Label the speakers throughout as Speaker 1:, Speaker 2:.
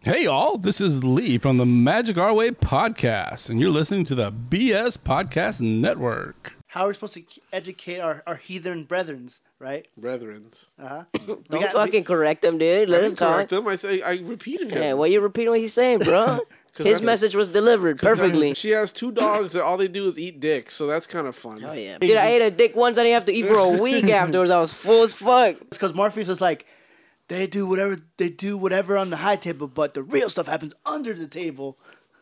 Speaker 1: Hey, all, this is Lee from the Magic Our Way podcast, and you're listening to the BS Podcast Network.
Speaker 2: How are we supposed to educate our, our heathen brethrens, right?
Speaker 3: Brethrens.
Speaker 4: Oh,
Speaker 2: Uh-huh.
Speaker 4: Don't fucking correct him, dude. Let him talk.
Speaker 3: Correct them. I say I repeated him.
Speaker 4: Yeah, why you repeat what he's saying, bro? His
Speaker 3: that's-
Speaker 4: message was delivered perfectly.
Speaker 3: She has two dogs that all they do is eat dick, so that's kind of fun.
Speaker 4: Oh yeah, dude, I ate a dick once. I didn't have to eat for a week afterwards. I was full as fuck.
Speaker 2: It's because Morpheus was like, they do whatever they do whatever on the high table, but the real stuff happens under the table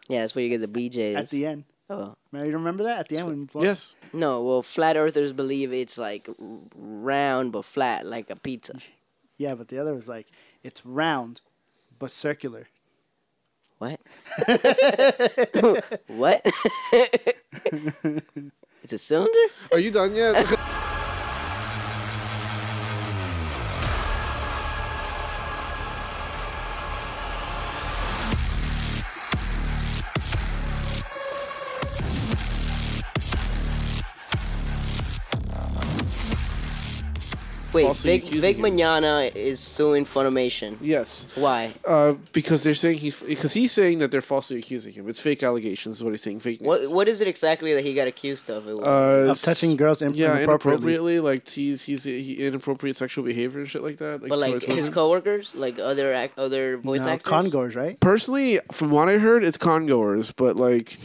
Speaker 4: Yeah, that's where you get the BJ's.
Speaker 2: at the end.
Speaker 4: Oh.
Speaker 2: Man, you remember that at the end when
Speaker 3: Yes.
Speaker 4: No, well, flat earthers believe it's like r- round but flat, like a pizza.
Speaker 2: yeah, but the other was like, it's round, but circular.
Speaker 4: What? what? it's a cylinder?
Speaker 3: Are you done yet?
Speaker 4: Wait,
Speaker 3: Also
Speaker 4: Vic,
Speaker 3: accusing
Speaker 4: Vic
Speaker 3: you.
Speaker 4: Manana is suing Funimation.
Speaker 3: yes.
Speaker 4: Why?
Speaker 3: Uh, because they're saying he's because he's saying that they're falsely accusing him. It's fake allegations. Is what he's saying. Fake.
Speaker 4: What
Speaker 3: news.
Speaker 4: What is it exactly that he got accused of? It was-
Speaker 3: Uh,
Speaker 2: Of touching girls imp-
Speaker 3: Yeah,
Speaker 2: inappropriately.
Speaker 3: inappropriately. Like he's he's he, inappropriate sexual behavior and shit like that.
Speaker 4: but like
Speaker 3: towards
Speaker 4: his
Speaker 3: women.
Speaker 4: coworkers, like other ac- other voice
Speaker 2: No,
Speaker 4: actors.
Speaker 2: Congors, right?
Speaker 3: personally, from what I heard, it's congoers. But like,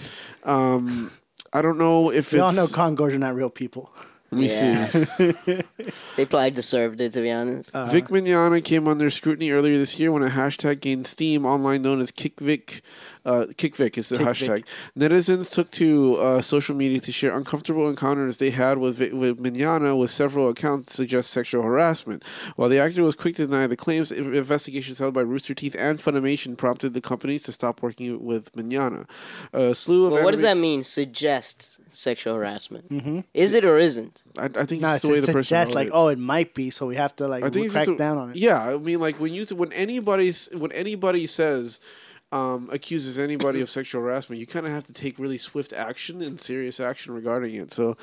Speaker 3: um, I don't know if
Speaker 2: We all
Speaker 3: it's.
Speaker 2: know Congors are not real people.
Speaker 3: Let me see.
Speaker 4: Yeah. they probably deserved it to be honest.
Speaker 3: Vic Mignogna came under scrutiny earlier this year when a hashtag gained steam online known as KickVic. Uh, KickVic is the hashtag. Netizens took to uh, social media to share uncomfortable encounters they had with Vic, with Mignogna, with several accounts that suggest sexual harassment. While the actor was quick to deny the claims, i- investigations held by Rooster Teeth and Funimation prompted the companies to stop working with Mignogna. A slew of
Speaker 4: But what does that
Speaker 3: anime-
Speaker 4: mean? Suggests sexual harassment. Is it or isn't?
Speaker 3: I, I think
Speaker 2: No,
Speaker 3: it's
Speaker 2: it's
Speaker 3: the way the person
Speaker 2: suggests
Speaker 3: wrote
Speaker 2: like,
Speaker 3: it.
Speaker 2: oh, it might be, so we have to like
Speaker 3: I think it's
Speaker 2: crack
Speaker 3: just a-
Speaker 2: down on it.
Speaker 3: Yeah, I mean, like when you when anybody s- when anybody says um, accuses anybody of sexual harassment, you kind of have to take really swift action and serious action regarding it. So,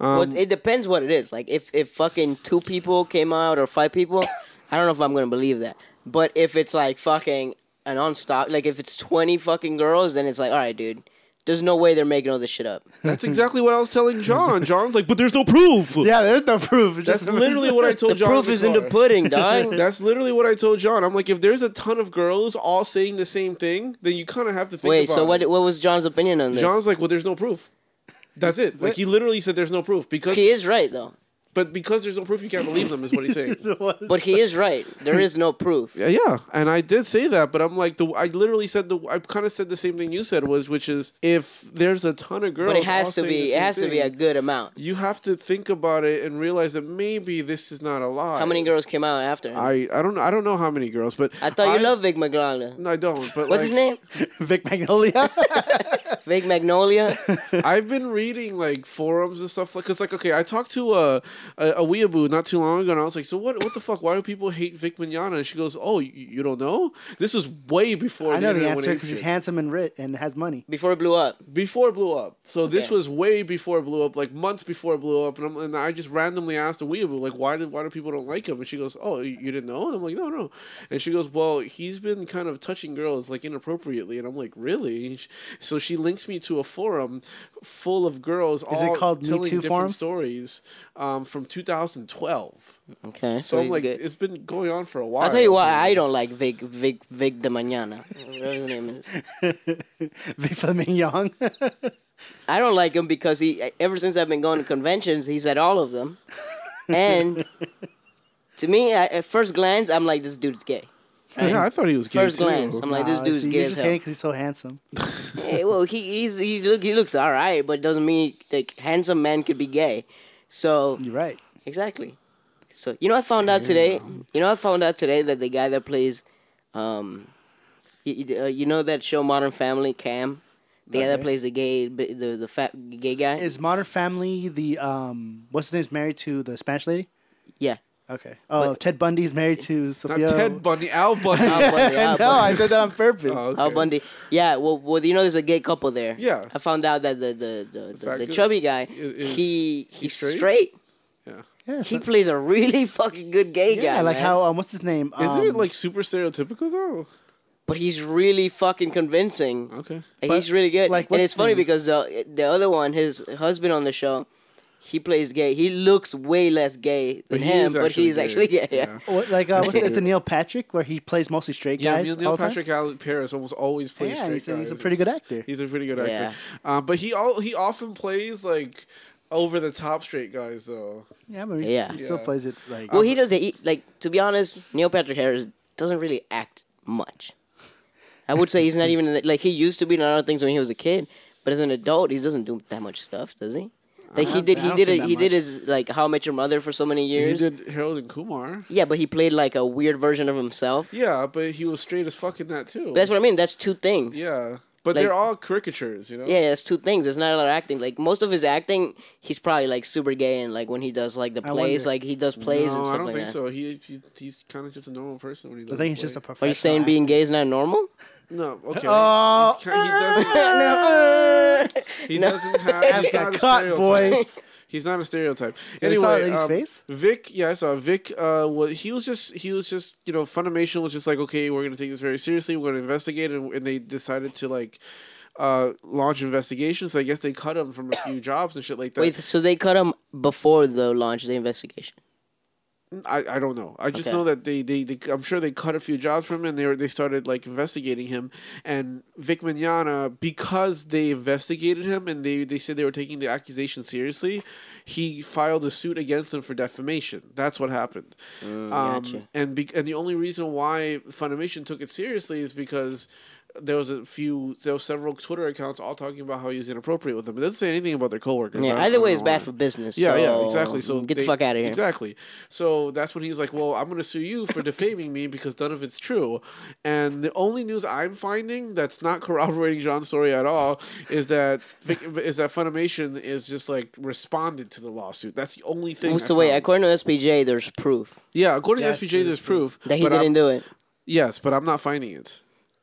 Speaker 3: Um,
Speaker 4: well, it depends what it is. Like if if fucking two people came out or five people, I don't know if I'm gonna believe that. But if it's like fucking an on stock, like if it's twenty fucking girls, then it's like, all right, dude, there's no way they're making all this shit up.
Speaker 3: that's exactly what I was telling John. John's like, but there's no proof.
Speaker 2: Yeah, there's no proof. It's
Speaker 3: that's
Speaker 2: just-
Speaker 3: literally what I told
Speaker 4: the
Speaker 3: John.
Speaker 4: proof is in the
Speaker 3: car.
Speaker 4: pudding, dog.
Speaker 3: That's literally what I told John. I'm like, if there's a ton of girls all saying the same thing, then you kind of have to think.
Speaker 4: Wait,
Speaker 3: about
Speaker 4: so what
Speaker 3: it.
Speaker 4: what was John's opinion on this?
Speaker 3: John's like, well, there's no proof. That's it. Like he literally said, there's no proof because,
Speaker 4: he is right though,
Speaker 3: but because there's no proof, you can't believe them. Is what he's saying.
Speaker 4: but he is right. There is no proof.
Speaker 3: Yeah, yeah, and I did say that, but I'm like the I literally said the I kind of said the same thing you said was which is if there's a ton of girls,
Speaker 4: But it
Speaker 3: all
Speaker 4: has to
Speaker 3: saying the
Speaker 4: be. It
Speaker 3: same
Speaker 4: has to be a
Speaker 3: thing,
Speaker 4: good amount.
Speaker 3: you have to think about it and realize that maybe this is not a lie.
Speaker 4: How many girls came out after? him? I,
Speaker 3: I I don't I don't know how many girls, but
Speaker 4: thought you loved Vic Magnolia.
Speaker 3: No, I don't. But
Speaker 4: What's
Speaker 3: like,
Speaker 4: his name?
Speaker 2: Vic Magnolia.
Speaker 4: Vic Magnolia.
Speaker 3: I've been reading like forums and stuff like because like okay, I talked to a, a a weeaboo not too long ago, and I was like, so what? What the fuck? Why do people hate Vic Mignogna? And she goes, oh, you, you don't know? This was way before
Speaker 2: I know the
Speaker 3: internet went
Speaker 2: answer because he's
Speaker 3: apeshit.
Speaker 2: handsome and rich and has money.
Speaker 4: Before it blew up.
Speaker 3: before it blew up. So this
Speaker 4: Okay.
Speaker 3: was way before it blew up, like months before it blew up. And, I'm, and I just randomly asked a weeaboo, like, why did why do people don't like him? And she goes, oh, you you didn't know? And I'm like, no, no. And she goes, well, he's been kind of touching girls like inappropriately. And I'm like, really? And sh- So she links me to a forum full of girls. Is all
Speaker 2: called Me
Speaker 3: telling
Speaker 2: Too
Speaker 3: different
Speaker 2: forum?
Speaker 3: stories um, from 2012?
Speaker 4: Okay,
Speaker 3: So
Speaker 4: so,
Speaker 3: I'm
Speaker 4: he's
Speaker 3: like,
Speaker 4: good.
Speaker 3: it's been going on for a while.
Speaker 4: I'll tell you why I don't like Vic Vic Vic De Manana. Whatever his name is.
Speaker 2: Vic Flaming
Speaker 4: I don't like him because he ever since I've been going to conventions, he's at all of them. And to me, at, at first glance, I'm like, this dude's gay.
Speaker 3: Yeah, I thought he was gay
Speaker 4: First
Speaker 3: too.
Speaker 4: glance, I'm like, this
Speaker 2: Nah,
Speaker 4: dude's
Speaker 2: see,
Speaker 4: gay
Speaker 2: You're
Speaker 4: as
Speaker 2: just
Speaker 4: hell.
Speaker 2: because he's Uh, so handsome.
Speaker 4: Eh, well, he he's he look he looks all right, but doesn't mean like handsome men could be gay. So
Speaker 2: You're right.
Speaker 4: Exactly. So you know, I found out today. You know, I found out today that the guy that plays, um, you, uh, you know that show Modern Family, Cam, the guy that
Speaker 2: Okay.
Speaker 4: plays the gay, b- the the fat gay guy.
Speaker 2: Is Modern Family the um what's his name's married to the Spanish lady?
Speaker 4: yeah.
Speaker 2: Okay. Oh, Ted Bundy's married to
Speaker 3: Not
Speaker 2: Sophia.
Speaker 3: Ted Bundy, Al Bundy.
Speaker 4: Al Bundy. Al
Speaker 2: no,
Speaker 4: Bundy.
Speaker 2: I did that on purpose.
Speaker 3: Oh, okay.
Speaker 4: Al Bundy. Yeah. Well, well, you know, there's a gay couple there.
Speaker 3: Yeah.
Speaker 4: I found out that the the the, the,
Speaker 3: fact
Speaker 4: the
Speaker 3: is-
Speaker 4: chubby guy,
Speaker 3: is-
Speaker 4: he
Speaker 3: he's
Speaker 4: he's
Speaker 3: straight?
Speaker 4: straight.
Speaker 3: Yeah.
Speaker 2: yeah,
Speaker 4: He
Speaker 2: so-
Speaker 4: plays a really fucking good gay
Speaker 2: yeah,
Speaker 4: guy.
Speaker 2: like
Speaker 4: man.
Speaker 2: how um, what's his name?
Speaker 3: Isn't
Speaker 2: um,
Speaker 3: it like super stereotypical though?
Speaker 4: but he's really fucking convincing.
Speaker 3: Okay.
Speaker 4: Like,
Speaker 2: But,
Speaker 4: he's really good.
Speaker 2: like,
Speaker 4: and
Speaker 2: what's
Speaker 4: it's funny
Speaker 2: the-
Speaker 4: because the the other one, his husband on the show, he plays gay. He looks way less gay than
Speaker 3: But he
Speaker 4: him,
Speaker 3: is
Speaker 4: but
Speaker 3: actually
Speaker 4: he's
Speaker 3: gay.
Speaker 4: actually gay. Yeah.
Speaker 3: Yeah.
Speaker 2: What, like uh, what's it's a Neil Patrick where he plays mostly straight
Speaker 3: Yeah,
Speaker 2: guys.
Speaker 3: Neil-
Speaker 2: all
Speaker 3: Neil
Speaker 2: the time?
Speaker 3: Patrick Harris almost always plays
Speaker 2: Yeah,
Speaker 3: straight
Speaker 2: he's a, he's a
Speaker 3: guys.
Speaker 2: pretty good actor.
Speaker 3: He's a pretty good actor.
Speaker 4: Yeah.
Speaker 3: Um, but he all he often plays like over the top straight guys though.
Speaker 2: Yeah, but he,
Speaker 4: Yeah.
Speaker 2: he still
Speaker 3: Yeah.
Speaker 2: plays it like.
Speaker 4: Well, he doesn't. He, like to be honest, Neil Patrick Harris doesn't really act much. I would say he's not even like he used to be in a lot of things when he was a kid, but as an adult, he doesn't do that much stuff, does he? Like he
Speaker 2: don't-
Speaker 4: did,
Speaker 2: I
Speaker 4: he
Speaker 2: don't
Speaker 4: did,
Speaker 2: see
Speaker 4: it,
Speaker 2: that
Speaker 4: he did
Speaker 2: much.
Speaker 4: his like How I Met Your Mother for so many
Speaker 3: He
Speaker 4: years.
Speaker 3: did Harold and Kumar.
Speaker 4: Yeah, but he played like a weird version of himself.
Speaker 3: Yeah, but he was straight as fuck in that too.
Speaker 4: That's what I mean. That's two things.
Speaker 3: yeah, but
Speaker 4: Like-
Speaker 3: they're all caricatures, you know.
Speaker 4: Yeah, that's two things. It's not a lot of acting. Like most of his acting, he's probably like super gay, and like when he does like the
Speaker 2: I
Speaker 4: plays,
Speaker 2: wonder.
Speaker 4: like he does plays
Speaker 3: no,
Speaker 4: and stuff
Speaker 3: I don't
Speaker 4: like
Speaker 3: think
Speaker 4: that.
Speaker 3: so. He, he he's kind of just a normal person when he.
Speaker 2: I think
Speaker 3: does the
Speaker 2: he's just a
Speaker 3: play.
Speaker 2: professional.
Speaker 4: Are you saying
Speaker 2: actor.
Speaker 4: being gay is not normal?
Speaker 3: no. Okay,
Speaker 2: Oh.
Speaker 3: He's ki- he doesn't. He doesn't have. He's
Speaker 2: Got
Speaker 3: not a
Speaker 2: caught,
Speaker 3: stereotype.
Speaker 2: boy.
Speaker 3: He's not a stereotype.
Speaker 2: You
Speaker 3: Anyway,
Speaker 2: saw that lady's
Speaker 3: um,
Speaker 2: face?
Speaker 3: Vic, yeah, I saw Vic. Uh, was, he was just he was just you know Funimation was just like okay, we're gonna take this very seriously. We're gonna investigate, and, and they decided to like uh launch investigations. I guess they cut him from a few jobs and shit like that.
Speaker 4: Wait, so they cut him before the launch of the investigation.
Speaker 3: I, I don't know. I just
Speaker 4: Okay.
Speaker 3: know that they, they, they I'm sure they cut a few jobs from him and they were, they started like investigating him and Vic Mignogna because they investigated him and they, they said they were taking the accusation seriously, he filed a suit against them for defamation. That's what happened. um,
Speaker 4: Mm, gotcha.
Speaker 3: and be, and the only reason why Funimation took it seriously is because there was a few there was several Twitter accounts all talking about how he was inappropriate with them. It doesn't say anything about their coworkers. I
Speaker 4: Yeah,
Speaker 3: don't- I
Speaker 4: either way,
Speaker 3: don't
Speaker 4: it's
Speaker 3: know
Speaker 4: bad
Speaker 3: why.
Speaker 4: for business.
Speaker 3: Yeah,
Speaker 4: so
Speaker 3: yeah, exactly. So
Speaker 4: get
Speaker 3: they-
Speaker 4: the fuck out of here.
Speaker 3: Exactly. So that's when he's like, "Well, I'm going to sue you for defaming me because none of it's true." And the only news I'm finding that's not corroborating John's story at all is that Vic- is that Funimation is just like responded to the lawsuit. That's the only thing.
Speaker 4: So wait,
Speaker 3: found.
Speaker 4: according to SPJ, there's proof
Speaker 3: yeah, according
Speaker 2: Yes,
Speaker 3: to SPJ, there's proof
Speaker 4: that he
Speaker 3: but
Speaker 4: didn't
Speaker 3: I'm-
Speaker 4: do it.
Speaker 3: Yes, but I'm not finding it.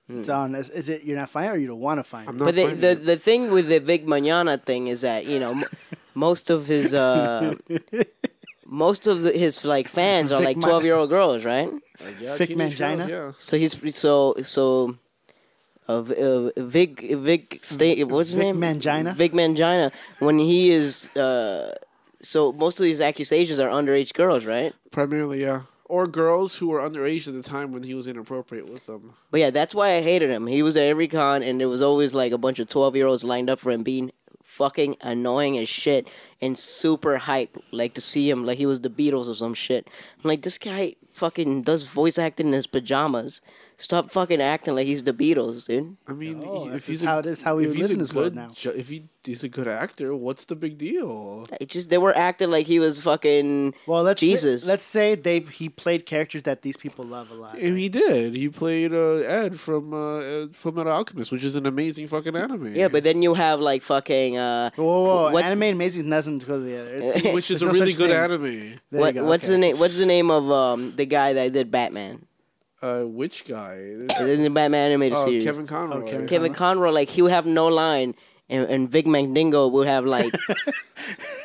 Speaker 2: It's on. Is, is it you're not finding it or you don't want to find
Speaker 3: I'm
Speaker 2: it?
Speaker 3: not
Speaker 4: But the,
Speaker 3: finding
Speaker 4: the
Speaker 3: it.
Speaker 4: the thing with the Vic Manana thing is that you know m- most of his uh most of the, his like fans are
Speaker 2: Vic
Speaker 4: like
Speaker 2: Ma-
Speaker 4: twelve year old girls, right?
Speaker 3: Uh, yeah,
Speaker 2: Thick
Speaker 3: teenage girls,
Speaker 2: mangina?
Speaker 3: Yeah.
Speaker 4: So he's so so. Uh, V- uh, Vic Vic Sta- what's his
Speaker 2: Vic
Speaker 4: name?
Speaker 2: Mangina?
Speaker 4: Vic Mangina. When he is uh, so most of these accusations are underage girls, right?
Speaker 3: Primarily, yeah. Or girls who were underage at the time when he was inappropriate with them.
Speaker 4: But yeah, that's why I hated him. He was at every con, and there was always like a bunch of twelve year olds lined up for him, being fucking annoying as shit and super hype, like to see him like he was the Beatles or some shit. I'm like, this guy fucking does voice acting in his pajamas. Stop fucking acting like he's the Beatles, dude.
Speaker 3: I mean,
Speaker 2: No,
Speaker 3: he-
Speaker 2: oh, that's
Speaker 3: if he's
Speaker 2: just how it is, how we
Speaker 3: if
Speaker 2: live
Speaker 3: he's a
Speaker 2: in this world
Speaker 3: good
Speaker 2: now.
Speaker 3: ju- if he, he's a good actor, what's the big deal?
Speaker 4: It just they were acting like he was fucking
Speaker 2: Well, let's say-
Speaker 4: Jesus.
Speaker 2: let's say they he played characters that these people love a lot.
Speaker 3: And he did. He played uh, Ed from uh, Ed- from Fullmetal Alchemist, which is an amazing fucking anime.
Speaker 4: yeah, but then you have like fucking uh,
Speaker 2: Whoa, whoa, whoa.
Speaker 4: what-
Speaker 2: anime and amazing doesn't go to the other. It's,
Speaker 3: which is
Speaker 2: there's
Speaker 3: a
Speaker 2: no
Speaker 3: really
Speaker 2: such
Speaker 3: good
Speaker 2: thing.
Speaker 3: anime.
Speaker 2: There you
Speaker 4: what
Speaker 2: go,
Speaker 4: what's
Speaker 2: okay.
Speaker 4: the name? What's the name of um the guy that did Batman?
Speaker 3: Uh, which guy?
Speaker 4: In the Batman animated
Speaker 3: Uh,
Speaker 4: series,
Speaker 3: Kevin Conroy.
Speaker 2: Oh, Kevin
Speaker 4: Kevin Conroy, like he would have no line, and, and Vic Mandingo would have like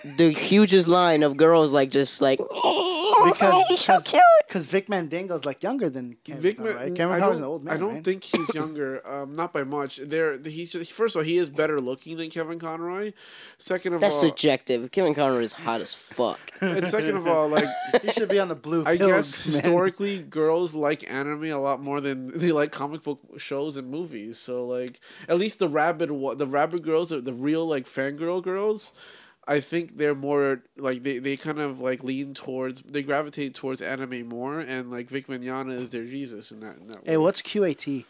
Speaker 4: the hugest line of girls, like just like
Speaker 3: Oh,
Speaker 2: Because
Speaker 4: he's so
Speaker 2: because-
Speaker 4: cute.
Speaker 2: 'cause Vic Mandingo's like younger than Cameron.
Speaker 3: Vic, Ma-
Speaker 2: right? Cameron Conroy's
Speaker 3: I don't,
Speaker 2: an old man.
Speaker 3: I don't
Speaker 2: right?
Speaker 3: think he's younger. Um, not by much. There, he's first of all, he is better looking than Kevin Conroy. Second of
Speaker 4: That's
Speaker 3: all,
Speaker 4: subjective. Kevin Conroy is hot as fuck.
Speaker 3: and second of all, like
Speaker 2: he should be on the blue.
Speaker 3: I
Speaker 2: pill,
Speaker 3: guess
Speaker 2: man.
Speaker 3: historically, girls like anime a lot more than they like comic book shows and movies. So like, at least the rabid wa- the rabid girls, the the real like fangirl girls, I think they're more like they, they kind of like lean towards they gravitate towards anime more, and like Vic Mignogna is their Jesus in that. In that
Speaker 2: Hey,
Speaker 3: way.
Speaker 2: what's QAT?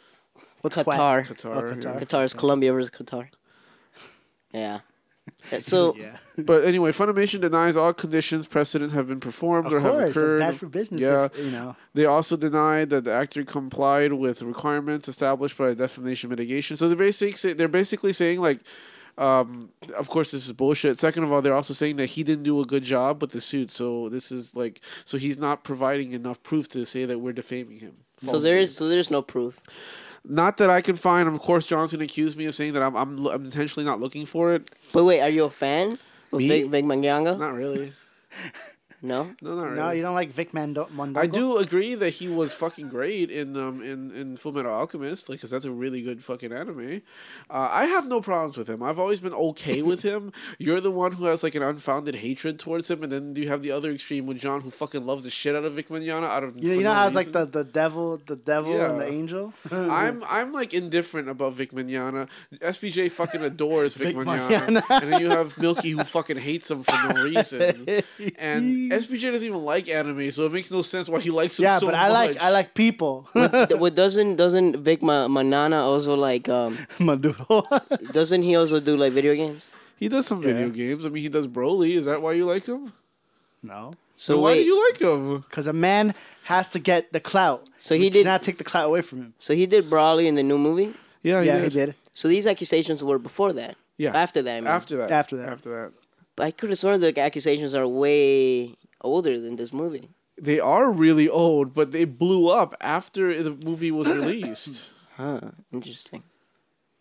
Speaker 4: What's
Speaker 2: Quack.
Speaker 4: Qatar?
Speaker 3: Qatar,
Speaker 2: Oh,
Speaker 3: yeah.
Speaker 2: Qatar.
Speaker 4: Qatar is Colombia versus Qatar. Yeah. So
Speaker 2: Yeah.
Speaker 3: But anyway, Funimation denies all conditions precedent have been performed
Speaker 2: Of
Speaker 3: or have
Speaker 2: course, it's
Speaker 3: occurred.
Speaker 2: bad for business.
Speaker 3: Yeah.
Speaker 2: if, you know.
Speaker 3: They also denied that the actor complied with requirements established by the defamation mitigation. So they're basically they're basically saying like, um, of course this is bullshit. Second of all, they're also saying that he didn't do a good job with the suit. So this is like so he's not providing enough proof to say that we're defaming him.
Speaker 4: so there is so there's no proof.
Speaker 3: not that I can find. Of course, Johnson accused me of saying that I'm I'm, I'm intentionally not looking for it.
Speaker 4: But wait, are you a fan of
Speaker 3: Me?
Speaker 4: Vic, Vic Mangiango?
Speaker 3: Not really.
Speaker 4: No.
Speaker 3: No, not really.
Speaker 2: No, you don't like Vic Mando- Mondongo.
Speaker 3: I do agree that he was fucking great in um in in Full Metal Alchemist, like, cause that's a really good fucking anime. Uh, I have no problems with him. I've always been okay with him. You're the one who has like an unfounded hatred towards him, and then you have the other extreme with John, who fucking loves the shit out of Vic Mignogna out of
Speaker 2: You know,
Speaker 3: for
Speaker 2: you know
Speaker 3: no
Speaker 2: how it's like
Speaker 3: reason.
Speaker 2: the, the devil, the devil and the
Speaker 3: Yeah.
Speaker 2: angel.
Speaker 3: I'm I'm like indifferent about Vic Mignogna. SBJ fucking adores Vic,
Speaker 2: Vic
Speaker 3: Mignogna. and then you have Milky who fucking hates him for no reason. And SBJ doesn't even like anime, so it makes no sense why he likes him
Speaker 2: yeah,
Speaker 3: so
Speaker 2: but I like
Speaker 3: much.
Speaker 2: I like people.
Speaker 4: Th- What doesn't doesn't Vic Ma- Manana also like? Um,
Speaker 2: Maduro.
Speaker 4: doesn't he also do like video games?
Speaker 3: He does some video games. I mean, he does Broly. Is that why you like him?
Speaker 2: no,
Speaker 4: So
Speaker 3: why do
Speaker 4: wait,
Speaker 3: you like him?
Speaker 2: because a man has to get the clout.
Speaker 4: So
Speaker 2: You
Speaker 4: he did-
Speaker 2: cannot take the clout away from him.
Speaker 4: so he did Brawley in the new movie.
Speaker 3: Yeah,
Speaker 2: yeah, he did.
Speaker 4: So these accusations were before that.
Speaker 3: Yeah.
Speaker 4: After that, I mean.
Speaker 3: After that.
Speaker 2: After that.
Speaker 3: After that.
Speaker 4: But I could have sworn the accusations are way older than this movie.
Speaker 3: They are really old, but they blew up after the movie was released.
Speaker 4: Huh. Interesting.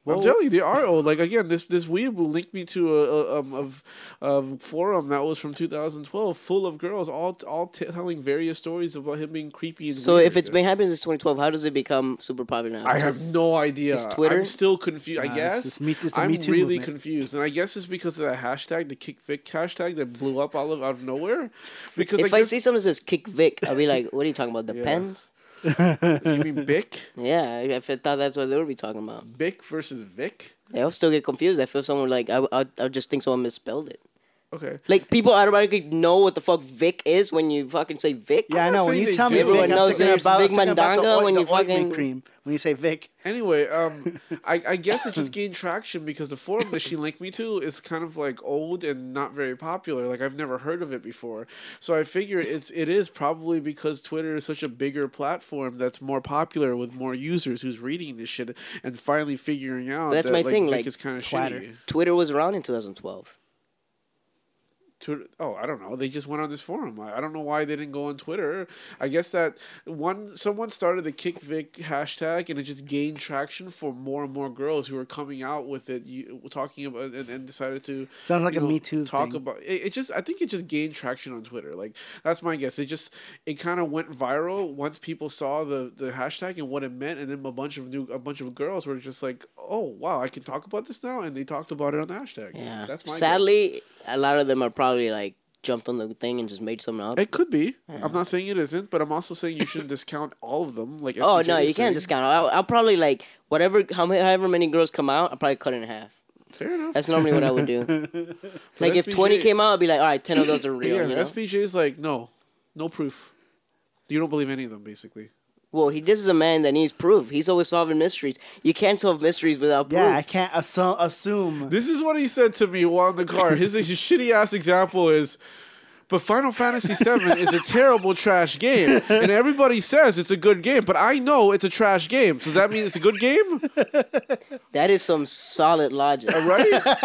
Speaker 3: I'm telling you, they are old. Like again, this this weeb will link me to a, a um of um forum that was from 2012, full of girls, all all t- telling various stories about him being creepy. And
Speaker 4: So if
Speaker 3: weird.
Speaker 4: it's been happening since 2012, how does it become super popular now?
Speaker 2: Uh-huh.
Speaker 3: I have no idea.
Speaker 4: It's Twitter?
Speaker 3: I'm still confused. I
Speaker 2: Nah,
Speaker 3: guess
Speaker 2: Uh, it's- it's Me- it's the
Speaker 3: I'm
Speaker 2: Me Too
Speaker 3: really
Speaker 2: movement.
Speaker 3: confused, and I guess it's because of that hashtag, the Kick Vic hashtag, that blew up all of out of nowhere. Because
Speaker 4: if
Speaker 3: like,
Speaker 4: I
Speaker 3: there's-
Speaker 4: see someone that says kick Vic, I'll be like, what are you talking about? The
Speaker 3: Yeah.
Speaker 4: pens?
Speaker 3: you mean Bic,
Speaker 4: Yeah, I, I thought that's what they would be talking about.
Speaker 3: Bic versus Vic?
Speaker 4: I'll still get confused. I feel someone like, I, I, I just think someone misspelled it.
Speaker 3: Okay.
Speaker 4: Like, people automatically know what the fuck Vic is when you fucking say Vic.
Speaker 2: Yeah, I
Speaker 3: not
Speaker 2: know. When
Speaker 3: saying
Speaker 2: you
Speaker 3: they
Speaker 2: tell me Vic,
Speaker 3: do. Everyone
Speaker 2: I'm
Speaker 4: knows
Speaker 2: thinking
Speaker 4: there's
Speaker 2: about, I'm
Speaker 4: Vic
Speaker 2: thinking about the
Speaker 4: Mondongo
Speaker 2: oi-
Speaker 4: when
Speaker 2: the
Speaker 4: you
Speaker 2: ointment
Speaker 4: fucking-
Speaker 2: cream. When you say Vic,
Speaker 3: Anyway, um, I, I guess it just gained traction because the forum that she linked me to is kind of like old and not very popular. Like I've never heard of it before, so I figured it's it is probably because Twitter is such a bigger platform that's more popular with more users who's reading this shit and finally figuring out
Speaker 4: That's
Speaker 3: that
Speaker 4: my
Speaker 3: like,
Speaker 4: thing,
Speaker 3: Vic
Speaker 4: like,
Speaker 3: is kind of
Speaker 2: Twitter.
Speaker 3: shitty.
Speaker 4: Twitter was around in 2012.
Speaker 3: Twitter, oh, I don't know. They just went on this forum. I, I don't know why they didn't go on Twitter. I guess that one someone started the Kick Vic hashtag, and it just gained traction for more and more girls who were coming out with it, you, talking about and, and decided to
Speaker 2: Sounds like
Speaker 3: you
Speaker 2: a Me Too
Speaker 3: talk
Speaker 2: thing.
Speaker 3: about it, it. Just I think it just gained traction on Twitter. Like that's my guess. It just it kind of went viral once people saw the the hashtag and what it meant, and then a bunch of new a bunch of girls were just like, oh wow, I can talk about this now, and they talked about it on the hashtag.
Speaker 4: Yeah.
Speaker 3: that's my guess.
Speaker 4: Sadly, a lot of them are probably like jumped on the thing and just made something up.
Speaker 3: It could be. I'm not saying it isn't, but I'm also saying you shouldn't discount all of them. Like
Speaker 4: Oh
Speaker 3: SBJ
Speaker 4: no,
Speaker 3: was saying.
Speaker 4: you can't discount. it. I'll, I'll probably like whatever, how many- however many girls come out, I'll probably cut it in half.
Speaker 3: Fair enough.
Speaker 4: That's normally what I would do. like if
Speaker 3: SBJ
Speaker 4: twenty came out, I'd be like, all right, ten of those are real.
Speaker 3: yeah,
Speaker 4: you know?
Speaker 3: SBJ is like no, no proof. You don't believe any of them, basically.
Speaker 4: well, he this is a man that needs proof. He's always solving mysteries. You can't solve mysteries without proof.
Speaker 2: yeah, I can't assu- assume.
Speaker 3: This is what he said to me while in the car. His, his shitty ass example is. But Final Fantasy VII is a terrible trash game, and everybody says it's a good game. But I know it's a trash game. So does that mean it's a good game,
Speaker 4: that is some solid logic.
Speaker 3: right?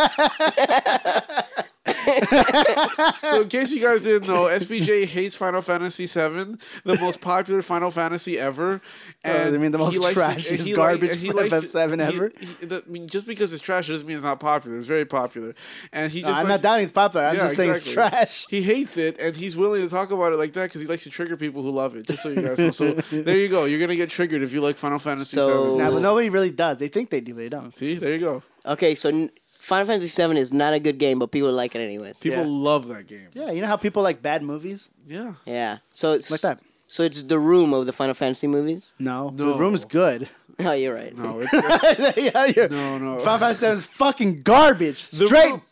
Speaker 3: so in case you guys didn't know, SBJ hates Final Fantasy VII, the most popular Final Fantasy ever. And
Speaker 2: I Oh, mean, the most
Speaker 3: he likes
Speaker 2: trash,
Speaker 3: and
Speaker 2: just
Speaker 3: he
Speaker 2: garbage
Speaker 3: and he
Speaker 2: Final
Speaker 3: likes to-
Speaker 2: Fantasy
Speaker 3: he-
Speaker 2: ever.
Speaker 3: he- the- I mean, just because it's trash doesn't mean it's not popular. It's very popular, and he
Speaker 2: No,
Speaker 3: just.
Speaker 2: I'm
Speaker 3: likes-
Speaker 2: not doubting it's popular. I'm
Speaker 3: Yeah,
Speaker 2: just saying
Speaker 3: exactly.
Speaker 2: it's trash.
Speaker 3: He hates it, and he's willing to talk about it like that because he likes to trigger people who love it. Just so you guys know. So there you go. You're gonna get triggered if you like Final Fantasy
Speaker 4: So-
Speaker 3: VII.
Speaker 2: Nah, but nobody really does. They think they do, but they don't.
Speaker 3: See, there you go.
Speaker 4: Okay, so n- Final Fantasy VII is not a good game, but people like it anyways.
Speaker 3: People
Speaker 2: Yeah.
Speaker 3: love that game.
Speaker 2: Yeah, you know how people like bad movies?
Speaker 3: Yeah.
Speaker 4: Yeah, so it's
Speaker 2: Like that.
Speaker 4: So it's the room of the Final Fantasy movies.
Speaker 2: No,
Speaker 3: No.
Speaker 2: the room's good.
Speaker 4: No, you're right.
Speaker 3: No, it's,
Speaker 2: yeah, you're,
Speaker 3: No, no.
Speaker 2: Final Fantasy VII is fucking garbage.
Speaker 3: The
Speaker 2: Straight
Speaker 3: room-